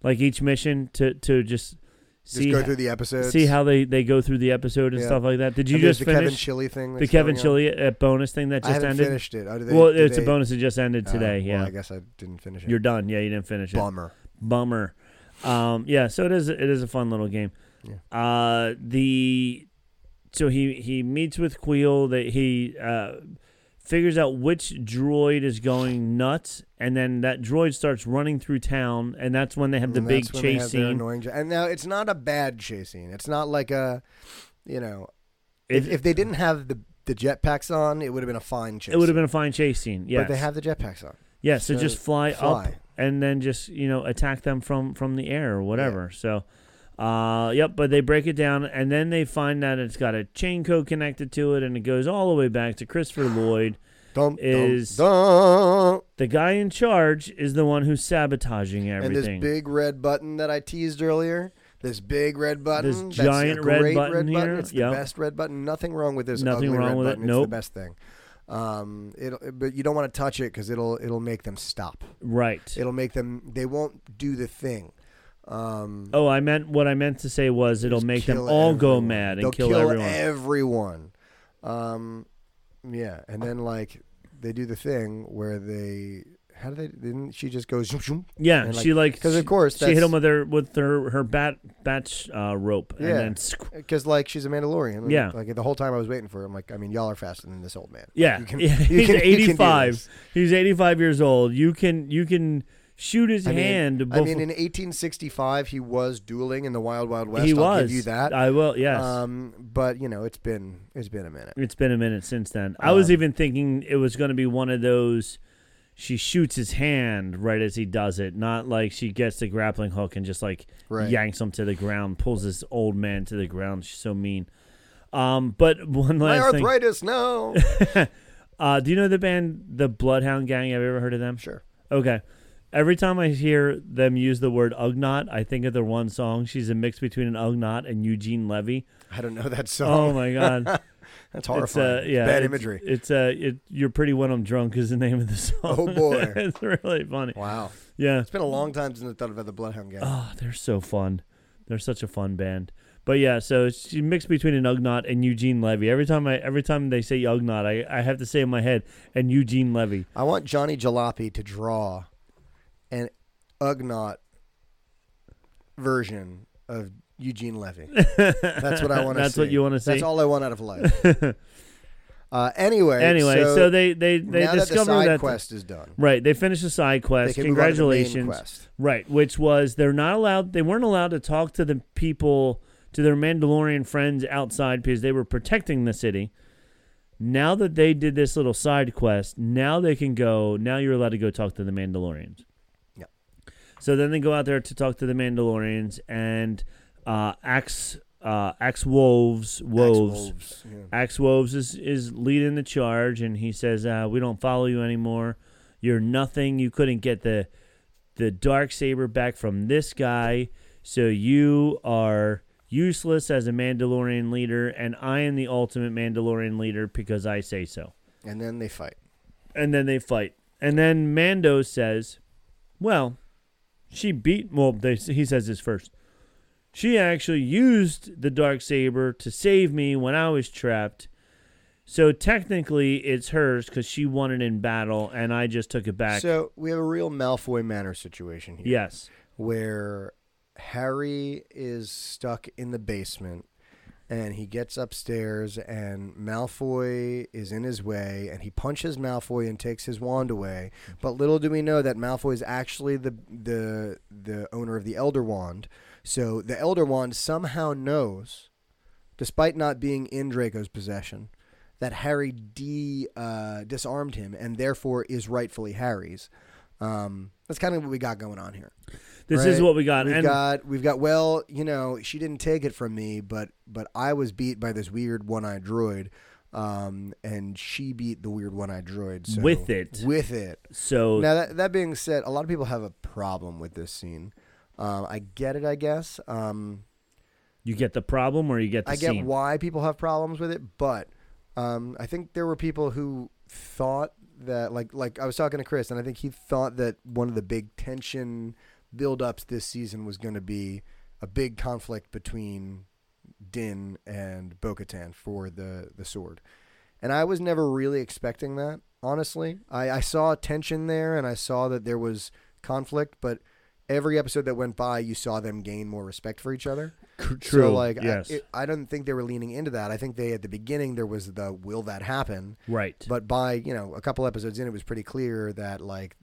Speaker 1: like each mission to to just
Speaker 2: just
Speaker 1: see
Speaker 2: go
Speaker 1: ho-
Speaker 2: through the episodes.
Speaker 1: see how they they go through the episode and
Speaker 2: Yeah.
Speaker 1: stuff like that. Did you
Speaker 2: And there's
Speaker 1: just
Speaker 2: the Kevin
Speaker 1: finish
Speaker 2: Chili thing?
Speaker 1: the
Speaker 2: that's
Speaker 1: Kevin
Speaker 2: going on.
Speaker 1: Chili uh, bonus thing that
Speaker 2: I
Speaker 1: just
Speaker 2: haven't
Speaker 1: ended?
Speaker 2: finished it. Oh, do they,
Speaker 1: well,
Speaker 2: do
Speaker 1: it's
Speaker 2: they-
Speaker 1: a bonus that just ended
Speaker 2: oh,
Speaker 1: today.
Speaker 2: well,
Speaker 1: yeah,
Speaker 2: I guess I didn't finish it.
Speaker 1: you're done. Yeah, you didn't finish it.
Speaker 2: bummer.
Speaker 1: Bummer. Um, yeah, so it is. It is a fun little game.
Speaker 2: Yeah.
Speaker 1: Uh, the so he he meets with Queel. That he uh, figures out which droid is going nuts, and then that droid starts running through town, and that's when they have the
Speaker 2: And
Speaker 1: big
Speaker 2: that's when they
Speaker 1: chase
Speaker 2: have their
Speaker 1: scene.
Speaker 2: annoying ch- and now it's not a bad chase scene. It's not like a, you know,
Speaker 1: It,
Speaker 2: if, if they didn't have the the jetpacks on, it would have been a fine chase.
Speaker 1: it would have
Speaker 2: scene.
Speaker 1: been a fine chase scene. Yeah,
Speaker 2: But they have the jetpacks on.
Speaker 1: yeah. So,
Speaker 2: so
Speaker 1: just fly, up
Speaker 2: fly.
Speaker 1: and then just you know attack them from from the air or whatever. So. Uh, yep, but they break it down and then they find that it's got a chain code connected to it and it goes all the way back to Christopher Lloyd
Speaker 2: Dum,
Speaker 1: is
Speaker 2: dum, dum.
Speaker 1: the guy in charge is the one who's sabotaging
Speaker 2: and this
Speaker 1: everything.
Speaker 2: big red button that I teased earlier. This big red button,
Speaker 1: This
Speaker 2: that's
Speaker 1: giant
Speaker 2: a
Speaker 1: red
Speaker 2: great
Speaker 1: button
Speaker 2: red button.
Speaker 1: here,
Speaker 2: It's the
Speaker 1: yeah.
Speaker 2: best red button. Nothing wrong with this.
Speaker 1: Nothing
Speaker 2: ugly
Speaker 1: wrong
Speaker 2: red
Speaker 1: with it,
Speaker 2: button. It's
Speaker 1: nope.
Speaker 2: the best thing. Um, it but you don't want to touch it because it'll it'll make them stop.
Speaker 1: right.
Speaker 2: It'll make them they won't do the thing. Um,
Speaker 1: Oh, I meant what I meant to say was it'll make them
Speaker 2: kill
Speaker 1: all go
Speaker 2: everyone.
Speaker 1: mad and
Speaker 2: They'll
Speaker 1: kill,
Speaker 2: kill
Speaker 1: everyone.
Speaker 2: everyone. Um, yeah, and then like they do the thing where they how do they? Didn't she just goes? Zoom, zoom,
Speaker 1: yeah,
Speaker 2: and,
Speaker 1: she like
Speaker 2: 'cause, of course
Speaker 1: she hit
Speaker 2: that's-
Speaker 1: him with her with her her bat bat uh, rope
Speaker 2: Yeah.
Speaker 1: and then squ-
Speaker 2: Because like she's a Mandalorian.
Speaker 1: Yeah.
Speaker 2: Like the whole time I was waiting for her, I'm like, I mean, y'all are faster than this old man.
Speaker 1: Yeah,
Speaker 2: You can-
Speaker 1: yeah.
Speaker 2: you
Speaker 1: he's
Speaker 2: can- you can do
Speaker 1: eighty five.
Speaker 2: this.
Speaker 1: He's eighty five years old. You can you can shoot his
Speaker 2: I mean,
Speaker 1: hand.
Speaker 2: I
Speaker 1: before-
Speaker 2: mean, in 1865, he was dueling in the Wild Wild West.
Speaker 1: he
Speaker 2: I'll
Speaker 1: was.
Speaker 2: give you that.
Speaker 1: I will. Yes.
Speaker 2: Um, but you know, it's been it's been a minute.
Speaker 1: it's been a minute since then. I
Speaker 2: Um,
Speaker 1: was even thinking it was going to be one of those. She shoots his hand right as he does it, not like she gets the grappling hook and just like
Speaker 2: Right.
Speaker 1: yanks him to the ground, pulls this old man to the ground. She's so mean. Um, but one
Speaker 2: My
Speaker 1: last thing.
Speaker 2: arthritis, no.
Speaker 1: Uh, do you know the band, the Bloodhound Gang? Have you ever heard of them?
Speaker 2: sure.
Speaker 1: Okay. Every time I hear them use the word Ugnaught, I think of their one song. She's a mix between an Ugnaught and Eugene Levy.
Speaker 2: I don't know that song.
Speaker 1: Oh my God!
Speaker 2: That's
Speaker 1: it's
Speaker 2: horrifying.
Speaker 1: uh, yeah,
Speaker 2: Bad
Speaker 1: it's-
Speaker 2: imagery.
Speaker 1: It's uh, it, you're pretty when I'm drunk is the name of the song.
Speaker 2: Oh, boy.
Speaker 1: it's really funny.
Speaker 2: wow.
Speaker 1: Yeah.
Speaker 2: It's been a long time since I thought about the Bloodhound Gang.
Speaker 1: Oh, they're so fun. They're such a fun band. But yeah, so she mixed between an Ugnaught and Eugene Levy. Every time I every time they say Ugnaught, I, I have to say in my head and Eugene Levy.
Speaker 2: I want Johnny Jalopy to draw an Ugnaught version of Eugene Levy. That's what I want to
Speaker 1: That's
Speaker 2: see.
Speaker 1: what you wanna see?
Speaker 2: That's all I want out of life. uh, anyway,
Speaker 1: Anyway, so,
Speaker 2: so,
Speaker 1: they they they
Speaker 2: now that the
Speaker 1: discover
Speaker 2: side
Speaker 1: that
Speaker 2: quest is done,
Speaker 1: Right, they finished the side
Speaker 2: they
Speaker 1: quest.
Speaker 2: can move on to the main
Speaker 1: Congratulations.
Speaker 2: quest.
Speaker 1: Right, which was they're not allowed. They weren't allowed to talk to the people to their Mandalorian friends outside because they were protecting the city. Now that they did this little side quest, now they can go. Now you're allowed to go talk to the Mandalorians.
Speaker 2: Yep.
Speaker 1: So then they go out there to talk to the Mandalorians and uh, Axe uh, Axe Wolves Wolves.
Speaker 2: Wolves, yeah.
Speaker 1: Axe Wolves is, is leading the charge, and he says, uh, "We don't follow you anymore. You're nothing. You couldn't get the the dark saber back from this guy, so you are useless as a Mandalorian leader, and I am the ultimate Mandalorian leader because I say so."
Speaker 2: And then they fight.
Speaker 1: And then they fight, and then Mando says, "Well, she beat." Well, they, he says this first. She actually used the dark saber to save me when I was trapped. So technically, it's hers because she won it in battle, and I just took it back.
Speaker 2: So we have a real Malfoy Manor situation here.
Speaker 1: yes,
Speaker 2: where Harry is stuck in the basement and he gets upstairs and Malfoy is in his way and he punches Malfoy and takes his wand away. But little do we know that Malfoy is actually the the the owner of the Elder Wand. So the Elder Wand somehow knows, despite not being in Draco's possession, that Harry de uh, disarmed him and therefore is rightfully Harry's. Um, that's kind of what we got going on here.
Speaker 1: this is
Speaker 2: Right.
Speaker 1: what we got.
Speaker 2: We've
Speaker 1: and
Speaker 2: got we've got well, you know, she didn't take it from me, but but I was beat by this weird one-eyed droid, um, and she beat the weird one-eyed droid. So
Speaker 1: With it.
Speaker 2: with it.
Speaker 1: so
Speaker 2: Now that that being said, a lot of people have a problem with this scene. Um, I get it, I guess. Um,
Speaker 1: you get the problem, or you get the
Speaker 2: I get
Speaker 1: scene.
Speaker 2: why people have problems with it, but um, I think there were people who thought that, like, like I was talking to Chris, and I think he thought that one of the big tension buildups this season was going to be a big conflict between Din and Bo-Katan for the the sword, and I was never really expecting that. Honestly, I, I saw tension there, and I saw that there was conflict, but. Every episode that went by, you saw them gain more respect for each other.
Speaker 1: C- True.
Speaker 2: So like,
Speaker 1: yes,
Speaker 2: I, it, I don't think they were leaning into that. I think they at the beginning there was the will that happen,
Speaker 1: right.
Speaker 2: but by you know a couple episodes in, it was pretty clear that like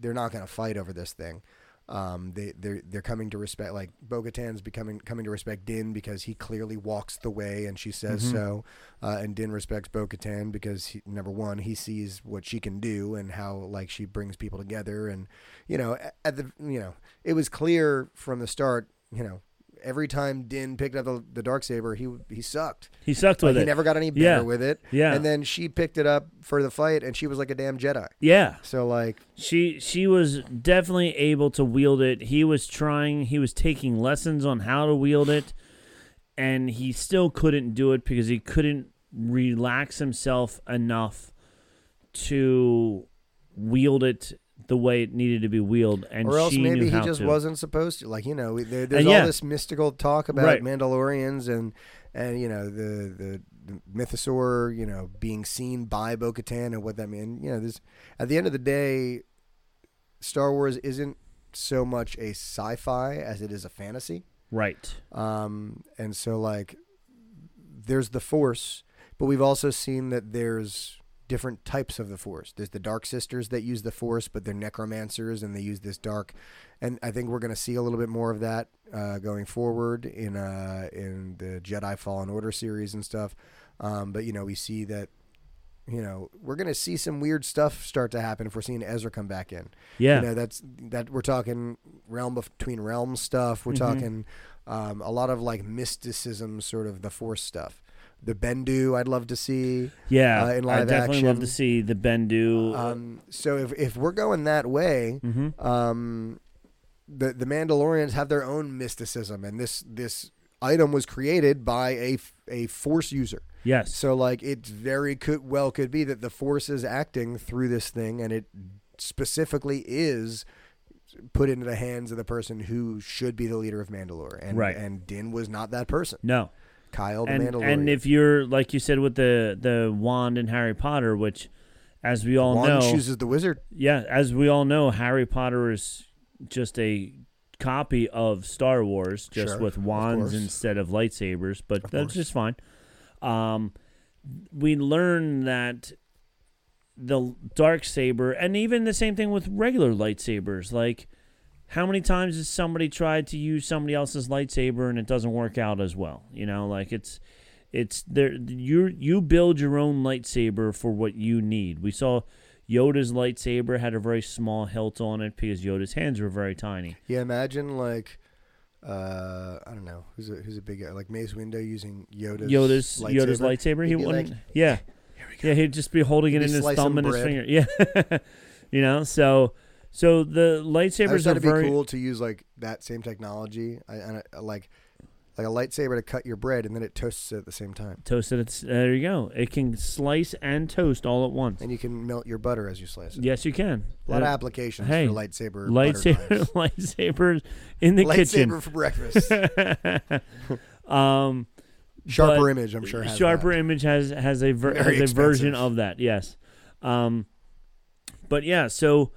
Speaker 2: they're not going to fight over this thing. Um, they they're they're coming to respect like Bogotan's becoming coming to respect Din because he clearly walks the way and she says so, uh, and Din respects Bogotan because he, number one he sees what she can do and how like she brings people together and you know a- at the you know it was clear from the start you know every time Din picked up the, the dark saber, he he sucked.
Speaker 1: He sucked
Speaker 2: Like,
Speaker 1: with it.
Speaker 2: he never got any better
Speaker 1: Yeah.
Speaker 2: with it.
Speaker 1: Yeah.
Speaker 2: And then she picked it up for the fight, and she was like a damn Jedi.
Speaker 1: Yeah.
Speaker 2: So like,
Speaker 1: She she was definitely able to wield it. He was trying, he was taking lessons on how to wield it and he still couldn't do it because he couldn't relax himself enough to wield it the way it needed to be wielded and
Speaker 2: or else
Speaker 1: she knew
Speaker 2: maybe he
Speaker 1: how
Speaker 2: just
Speaker 1: to.
Speaker 2: wasn't supposed to. Like you know, there, there's
Speaker 1: And yeah.
Speaker 2: all this mystical talk about
Speaker 1: Right.
Speaker 2: Mandalorians and and you know the the, the mythosaur, you know, being seen by Bo-Katan and what that means. You know, this at the end of the day, Star Wars isn't so much a sci-fi as it is a fantasy.
Speaker 1: right.
Speaker 2: Um, and so like there's the force, but we've also seen that there's different types of the force. There's the dark sisters that use the force, but they're necromancers and they use this dark. And I think we're going to see a little bit more of that uh, going forward in uh, in the Jedi Fallen Order series and stuff. Um, but you know, we see that you know we're going to see some weird stuff start to happen if we're seeing Ezra come back in.
Speaker 1: Yeah.
Speaker 2: You know, that's that we're talking realm of- between realms stuff. We're
Speaker 1: Mm-hmm.
Speaker 2: talking um, a lot of like mysticism, sort of the force stuff. The Bendu, I'd love to see.
Speaker 1: yeah.
Speaker 2: uh, in
Speaker 1: I
Speaker 2: live
Speaker 1: definitely love to
Speaker 2: action.
Speaker 1: see the Bendu.
Speaker 2: Um, so if if we're going that way,
Speaker 1: Mm-hmm.
Speaker 2: um, the the Mandalorians have their own mysticism, and this this item was created by a f- a force user.
Speaker 1: yes.
Speaker 2: So like it very could well could be that the force is acting through this thing and it specifically is put into the hands of the person who should be the leader of Mandalore. And
Speaker 1: Right.
Speaker 2: and Din was not that person.
Speaker 1: no.
Speaker 2: Kyle the
Speaker 1: and
Speaker 2: Mandalorian.
Speaker 1: and if you're like you said with the the wand in Harry Potter, which as we all
Speaker 2: Juan
Speaker 1: know,
Speaker 2: chooses the wizard.
Speaker 1: yeah, as we all know, Harry Potter is just a copy of Star Wars, just
Speaker 2: Sure,
Speaker 1: with
Speaker 2: of
Speaker 1: wands
Speaker 2: course.
Speaker 1: instead of lightsabers, but that's just fine. Um, we learn that the dark saber, and even the same thing with regular lightsabers, like. How many times has somebody tried to use somebody else's lightsaber and it doesn't work out as well? You know, like it's it's there you you build your own lightsaber for what you need. We saw Yoda's lightsaber had a very small hilt on it because Yoda's hands were very tiny.
Speaker 2: Yeah, imagine like uh, I don't know who's a who's a big guy like Mace Windu using Yoda's
Speaker 1: Yoda's
Speaker 2: lightsaber.
Speaker 1: Yoda's lightsaber, he
Speaker 2: He'd be
Speaker 1: wouldn't
Speaker 2: like,
Speaker 1: yeah. Yeah, he'd just be holding it
Speaker 2: He'd
Speaker 1: in
Speaker 2: be
Speaker 1: his
Speaker 2: slicing
Speaker 1: thumb and his
Speaker 2: bread.
Speaker 1: finger. Yeah. you know, so so the
Speaker 2: I always
Speaker 1: lightsabers
Speaker 2: thought
Speaker 1: are
Speaker 2: it'd be
Speaker 1: very
Speaker 2: cool to use like that same technology, I, and I, like like a lightsaber to cut your bread, and then it toasts it at the same time,
Speaker 1: toasted. It's, there you go. It can slice and toast all at once.
Speaker 2: and you can melt your butter as you slice it.
Speaker 1: Yes, you can.
Speaker 2: A lot of
Speaker 1: Uh,
Speaker 2: applications
Speaker 1: hey,
Speaker 2: for lightsaber. butter
Speaker 1: lightsaber
Speaker 2: knives.
Speaker 1: lightsabers in the
Speaker 2: lightsaber
Speaker 1: kitchen.
Speaker 2: for breakfast.
Speaker 1: um
Speaker 2: Sharper
Speaker 1: But
Speaker 2: image, I'm sure. Has
Speaker 1: Sharper
Speaker 2: that.
Speaker 1: Image has has a ver-
Speaker 2: Very
Speaker 1: has a version
Speaker 2: expensive.
Speaker 1: of that. Yes, um, but yeah, so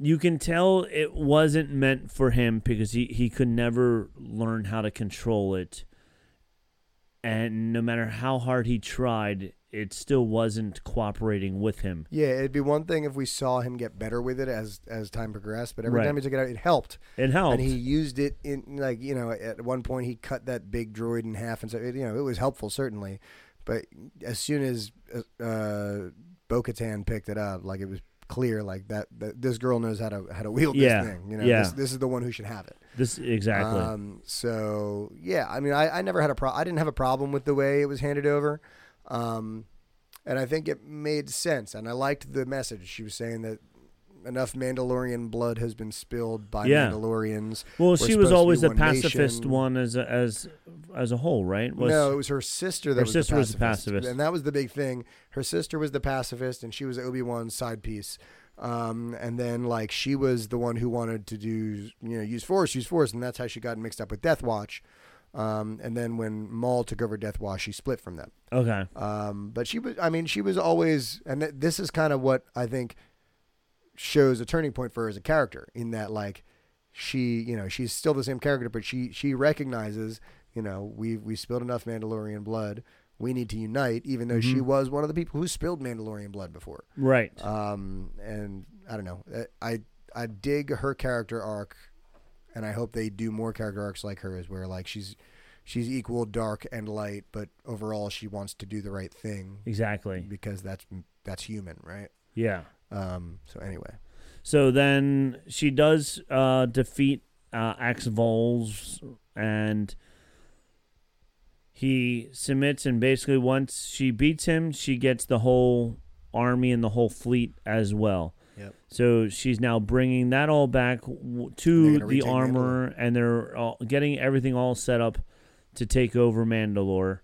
Speaker 1: you can tell it wasn't meant for him because he he could never learn how to control it, and no matter how hard he tried, it still wasn't cooperating with him.
Speaker 2: Yeah, it'd be one thing if we saw him get better with it as as time progressed, but every
Speaker 1: Right.
Speaker 2: time he took it out, it helped.
Speaker 1: It helped.
Speaker 2: And he used it in like you know at one point he cut that big droid in half, and so it, you know it was helpful certainly, but as soon as uh, uh, Bo-Katan picked it up, like it was clear like that, that this girl knows how to how to wield
Speaker 1: Yeah,
Speaker 2: this thing. You know,
Speaker 1: yeah.
Speaker 2: this, this is the one who should have it.
Speaker 1: this exactly.
Speaker 2: Um, so yeah, I mean, I, I never had a pro. I didn't have a problem with the way it was handed over, um, and I think it made sense. And I liked the message she was saying that enough Mandalorian blood has been spilled by
Speaker 1: Yeah.
Speaker 2: Mandalorians.
Speaker 1: well,
Speaker 2: We're
Speaker 1: she was
Speaker 2: supposed to be
Speaker 1: always the
Speaker 2: one
Speaker 1: pacifist
Speaker 2: nation.
Speaker 1: one as a, as as a whole, right? Was-
Speaker 2: no, it was her sister that
Speaker 1: Her
Speaker 2: was,
Speaker 1: sister
Speaker 2: the
Speaker 1: was the pacifist.
Speaker 2: and that was the big thing. Her sister was the pacifist, and she was Obi Wan's side piece. Um, and then like she was the one who wanted to do you know use force, use force, and that's how she got mixed up with Death Watch. Um, and then when Maul took over Death Watch, she split from them.
Speaker 1: okay.
Speaker 2: Um, but she was, I mean, she was always, and th- this is kind of what I think shows a turning point for her as a character in that, like, she, you know, she's still the same character, but she, she recognizes, you know, we, we spilled enough Mandalorian blood. We need to unite, even though she was one of the people who spilled Mandalorian blood before.
Speaker 1: Right.
Speaker 2: Um, and I don't know, Uh, I, I dig her character arc and I hope they do more character arcs like hers, where like she's she's equal dark and light, but overall she wants to do the right thing
Speaker 1: exactly.
Speaker 2: because that's that's human, right?
Speaker 1: Yeah.
Speaker 2: Um. So anyway,
Speaker 1: So then she does uh, defeat uh, Axe Vols, and he submits. And basically, once she beats him, she gets the whole army and the whole fleet as well.
Speaker 2: Yep.
Speaker 1: So she's now bringing that all back w-
Speaker 2: They're
Speaker 1: to
Speaker 2: gonna
Speaker 1: the
Speaker 2: retake
Speaker 1: armor, and they're all, getting everything all set up to take over Mandalore.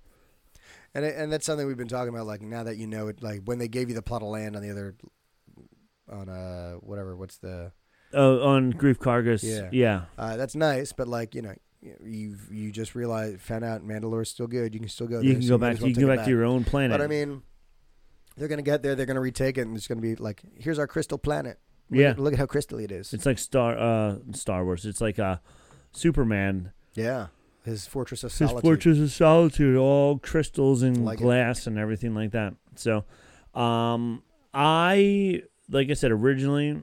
Speaker 2: And it- and that's something we've been talking about. Like now that you know it, like when they gave you the plot of land on the other, on uh whatever, what's the
Speaker 1: Uh, on Grief Cargus,
Speaker 2: Yeah.
Speaker 1: yeah.
Speaker 2: uh that's nice, but like you know. You you just realized found out Mandalore's still good. You can still go. There,
Speaker 1: you can
Speaker 2: so
Speaker 1: go
Speaker 2: might
Speaker 1: back.
Speaker 2: as well
Speaker 1: You can
Speaker 2: take
Speaker 1: go
Speaker 2: it
Speaker 1: back, to your own planet.
Speaker 2: But I mean, they're gonna get there. They're gonna retake it, and it's gonna be like, here's our crystal planet. Look
Speaker 1: Yeah.
Speaker 2: at, look at how crystal it is.
Speaker 1: it's like Star uh, Star Wars. It's like uh, Superman.
Speaker 2: yeah, his fortress of
Speaker 1: His
Speaker 2: solitude.
Speaker 1: fortress of solitude, all crystals and
Speaker 2: Like it.
Speaker 1: glass and everything like that. So, um, I like I said originally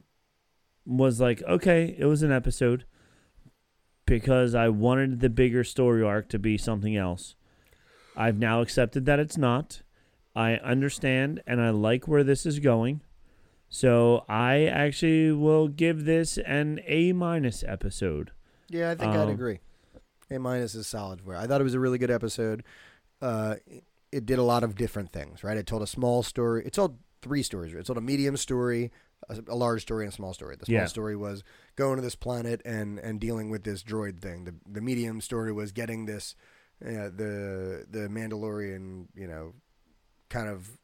Speaker 1: was like, okay, it was an episode because I wanted the bigger story arc to be something else. I've now accepted that it's not. I understand and I like where this is going. So I actually will give this an A minus episode.
Speaker 2: Yeah, I think I'd
Speaker 1: Um,
Speaker 2: agree. A minus is solid. Where I thought it was a really good episode. Uh, it- it did a lot of different things, right? It told a small story. It told three stories. It told a medium story, a, a large story, and a small story. The small
Speaker 1: Yeah.
Speaker 2: story was going to this planet and and dealing with this droid thing. The the medium story was getting this, uh, the the Mandalorian, you know, kind of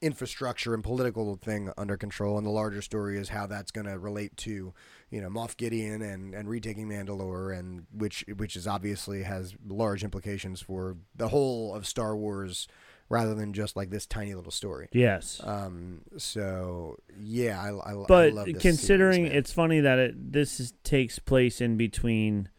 Speaker 2: infrastructure and political thing under control and the larger story is how that's going to relate to you know Moff Gideon and and retaking Mandalore and which which is obviously has large implications for the whole of Star Wars rather than just like this tiny little story
Speaker 1: Yes.
Speaker 2: um so yeah I, I, I love
Speaker 1: but
Speaker 2: this
Speaker 1: considering
Speaker 2: series, man.
Speaker 1: it's funny that it this is, takes place in between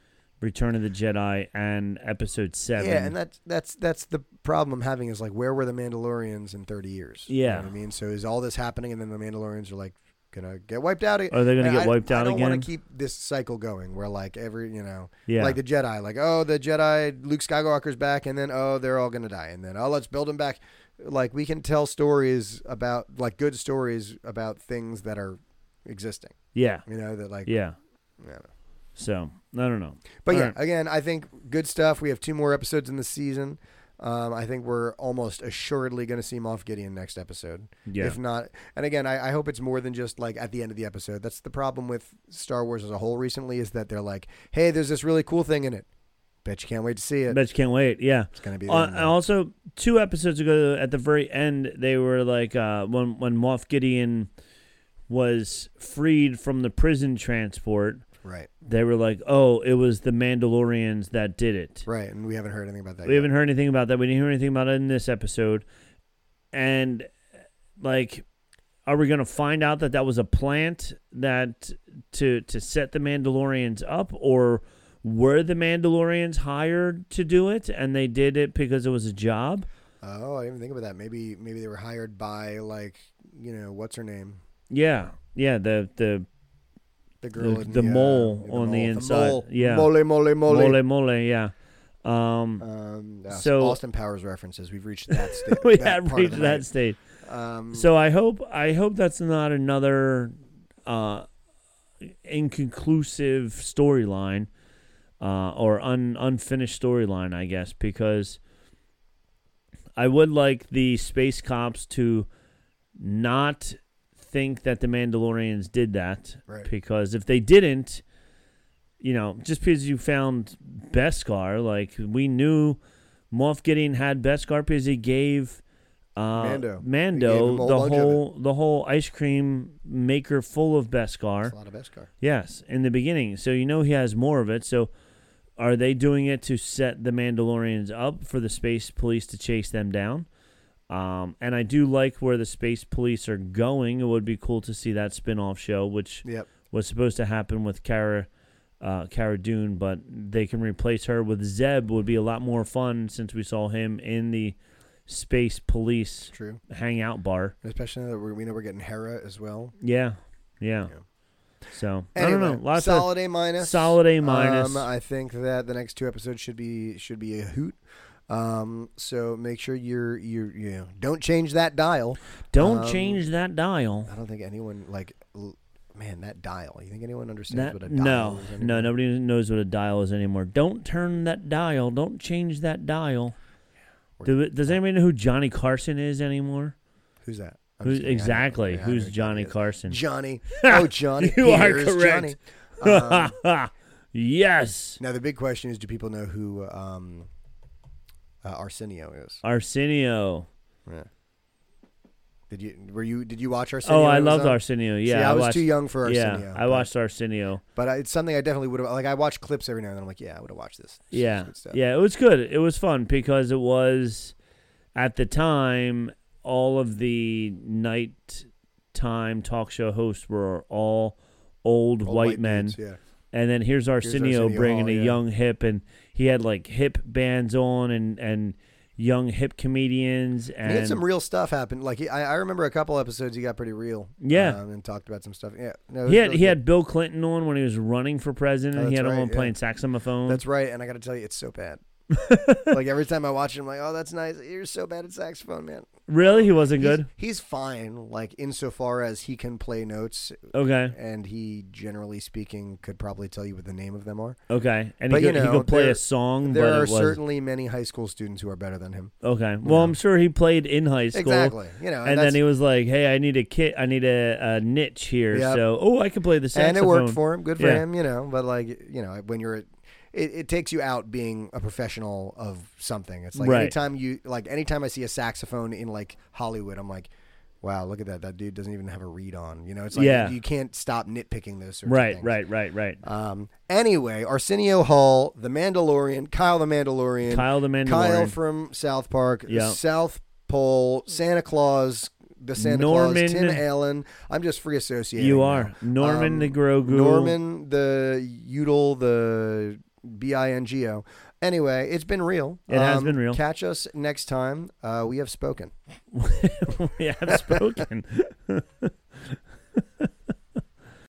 Speaker 1: Return of the Jedi and Episode Seven.
Speaker 2: yeah and that's that's that's the problem I'm having is like where were the Mandalorians in 30 years You know
Speaker 1: Yeah.
Speaker 2: what I mean so is all this happening and then the Mandalorians are like gonna get wiped out again
Speaker 1: Are they gonna
Speaker 2: And
Speaker 1: get
Speaker 2: I-
Speaker 1: wiped
Speaker 2: I
Speaker 1: out
Speaker 2: don't
Speaker 1: again?
Speaker 2: want to keep this cycle going where like every you know
Speaker 1: yeah,
Speaker 2: Like the Jedi, like oh the Jedi, Luke Skywalker's back, and then oh they're all gonna die, and then oh let's build him back. Like we can tell stories about like good stories about things that are existing,
Speaker 1: yeah,
Speaker 2: you know that like
Speaker 1: yeah.
Speaker 2: I don't know.
Speaker 1: So I don't know.
Speaker 2: But
Speaker 1: All
Speaker 2: yeah,
Speaker 1: right.
Speaker 2: again I think good stuff. We have two more episodes in the season. Um, I think we're almost assuredly going to see Moff Gideon next episode.
Speaker 1: Yeah.
Speaker 2: If not, and again, I, I hope it's more than just like at the end of the episode. That's the problem with Star Wars as a whole recently is that they're like, hey, there's this really cool thing in it. Bet you can't wait to see it.
Speaker 1: Bet you can't wait. Yeah.
Speaker 2: It's gonna be
Speaker 1: Uh,
Speaker 2: there
Speaker 1: and
Speaker 2: now.
Speaker 1: also, two episodes ago, at the very end, they were like uh, when when Moff Gideon was freed from the prison transport.
Speaker 2: right,
Speaker 1: They were like, "Oh, it was the Mandalorians that did it."
Speaker 2: right, and we haven't heard anything about that.
Speaker 1: We
Speaker 2: yet.
Speaker 1: haven't heard anything about that. We didn't hear anything about it in this episode. And like, are we going to find out that that was a plant that to to set the Mandalorians up, or were the Mandalorians hired to do it and they did it because it was a job?
Speaker 2: Oh, I didn't even think about that. Maybe, maybe they were hired by like you know what's her name,
Speaker 1: Yeah, yeah. The the
Speaker 2: the girl,
Speaker 1: The-
Speaker 2: in
Speaker 1: the
Speaker 2: uh,
Speaker 1: mole on the inside.
Speaker 2: mole.
Speaker 1: Yeah.
Speaker 2: mole, mole, mole.
Speaker 1: mole mole, yeah. Um,
Speaker 2: Um, uh,
Speaker 1: So-
Speaker 2: Austin Powers references. We've reached that state.
Speaker 1: we
Speaker 2: that
Speaker 1: have
Speaker 2: part of
Speaker 1: reached
Speaker 2: the
Speaker 1: that stage.
Speaker 2: night. Um,
Speaker 1: So I hope I hope that's not another uh, inconclusive storyline uh, or un, unfinished storyline, I guess, because I would like the space cops to not think that the Mandalorians did that,
Speaker 2: Right.
Speaker 1: because if they didn't, you know, just because you found Beskar, like we knew Moff Gideon had Beskar because he gave uh,
Speaker 2: Mando. He gave
Speaker 1: Mando
Speaker 2: him a whole
Speaker 1: the
Speaker 2: bunch of
Speaker 1: whole the whole ice cream maker full of Beskar.
Speaker 2: it's a lot of Beskar.
Speaker 1: Yes, in the beginning. So you know he has more of it. So are they doing it to set the Mandalorians up for the space police to chase them down? Um, and I do like where the space police are going. It would be cool to see that spin-off show, which
Speaker 2: Yep.
Speaker 1: was supposed to happen with Cara, uh, Cara Dune, but they can replace her with Zeb. Would be a lot more fun since we saw him in the space police
Speaker 2: It's true.
Speaker 1: hangout bar.
Speaker 2: And especially now that we're, we know we're getting Hera as well.
Speaker 1: Yeah, yeah. So I
Speaker 2: Anyway,
Speaker 1: don't know. Lots of
Speaker 2: solid A minus.
Speaker 1: Solid A minus.
Speaker 2: Um, I think that the next two episodes should be should be a hoot. Um, so make sure you're you're you know, don't change that dial.
Speaker 1: Don't
Speaker 2: Um,
Speaker 1: change that dial.
Speaker 2: I don't think anyone like l- man, that dial. You think anyone
Speaker 1: That,
Speaker 2: understands what a dial
Speaker 1: no,
Speaker 2: is?
Speaker 1: no,
Speaker 2: anymore?
Speaker 1: nobody knows what a dial is anymore. Don't turn that dial. Don't change that dial. Do, it- does anybody know who Johnny Carson is anymore?
Speaker 2: Who's that? I'm
Speaker 1: Who's
Speaker 2: just kidding. I know-
Speaker 1: exactly?
Speaker 2: yeah, I know
Speaker 1: Who's
Speaker 2: who
Speaker 1: Johnny
Speaker 2: is.
Speaker 1: Carson?
Speaker 2: Johnny. Oh, Johnny.
Speaker 1: You are
Speaker 2: Here's Johnny.
Speaker 1: correct.
Speaker 2: Um,
Speaker 1: yes,
Speaker 2: Now the big question is: Do people know who um, uh, Arsenio is?
Speaker 1: Arsenio.
Speaker 2: Yeah. Did you were you did you watch Arsenio?
Speaker 1: Oh,
Speaker 2: when
Speaker 1: I
Speaker 2: it was
Speaker 1: loved
Speaker 2: on?
Speaker 1: Arsenio. Yeah,
Speaker 2: See, I was
Speaker 1: watched-
Speaker 2: too young for Arsenio.
Speaker 1: Yeah, I
Speaker 2: but-
Speaker 1: watched Arsenio.
Speaker 2: but I, it's something I definitely would have. Like I watch clips every now and then. I'm like, yeah, I would have watched this. This is
Speaker 1: Yeah,
Speaker 2: good stuff.
Speaker 1: yeah, it was good. It was fun because it was at the time all of the nighttime talk show hosts were all old,
Speaker 2: Old
Speaker 1: white, men,
Speaker 2: dudes, yeah.
Speaker 1: and then here's Arsenio,
Speaker 2: Arsenio
Speaker 1: bringing
Speaker 2: Hall,
Speaker 1: a
Speaker 2: yeah.
Speaker 1: young hip, and he had like hip bands on and and young hip comedians
Speaker 2: And
Speaker 1: and
Speaker 2: he had some real stuff happen. Like he, I, I remember a couple episodes, he got pretty real.
Speaker 1: Yeah.
Speaker 2: um, and talked about some stuff. Yeah, no, it was
Speaker 1: He had
Speaker 2: really
Speaker 1: he
Speaker 2: good.
Speaker 1: had Bill Clinton on when he was running for president.
Speaker 2: Oh,
Speaker 1: and he
Speaker 2: that's
Speaker 1: had him
Speaker 2: right,
Speaker 1: on
Speaker 2: yeah.
Speaker 1: playing saxophone.
Speaker 2: That's right, and I got to tell you, it's so bad. like every time I watch it, I'm like, oh, that's nice. You're so bad at saxophone, man.
Speaker 1: really he wasn't
Speaker 2: He's-
Speaker 1: good.
Speaker 2: He's fine, like insofar as he can play notes,
Speaker 1: Okay,
Speaker 2: and he, generally speaking, could probably tell you what the name of them are.
Speaker 1: okay, and
Speaker 2: but
Speaker 1: he,
Speaker 2: you
Speaker 1: could, he
Speaker 2: know,
Speaker 1: could play
Speaker 2: there-
Speaker 1: a song.
Speaker 2: There
Speaker 1: but
Speaker 2: are
Speaker 1: it was,
Speaker 2: certainly many high school students who are better than him.
Speaker 1: okay. Well, I'm sure he played in high school.
Speaker 2: Exactly. You know, and,
Speaker 1: And,
Speaker 2: that's-
Speaker 1: then he was like, "Hey, I need a kit. I need a, a niche here.
Speaker 2: Yep.
Speaker 1: So, oh, I can play the saxophone."
Speaker 2: and it worked for him. Good for
Speaker 1: Yeah.
Speaker 2: him, you know. But like, you know, when you're, it, it takes you out being a professional of something. It's like
Speaker 1: Right.
Speaker 2: anytime you like, anytime I see a saxophone in like Hollywood, I'm like, wow, look at that. That dude doesn't even have a read on. You know, it's like
Speaker 1: Yeah.
Speaker 2: you can't stop nitpicking those. Sorts of
Speaker 1: Right,
Speaker 2: things.
Speaker 1: right, right, right.
Speaker 2: Um, anyway, Arsenio Hall, The Mandalorian, Kyle the Mandalorian,
Speaker 1: Kyle the Mandalorian.
Speaker 2: Kyle from South Park,
Speaker 1: Yeah.
Speaker 2: South Pole, Santa Claus, the Santa
Speaker 1: Norman-
Speaker 2: Claus, Tim Allen. I'm just free associating.
Speaker 1: You
Speaker 2: now.
Speaker 1: are. Norman the Grogu.
Speaker 2: Um, Norman the Udall, the B I N G O. Anyway, it's been real. Um,
Speaker 1: It has been real.
Speaker 2: Catch us next time. Uh, we have spoken.
Speaker 1: we have spoken.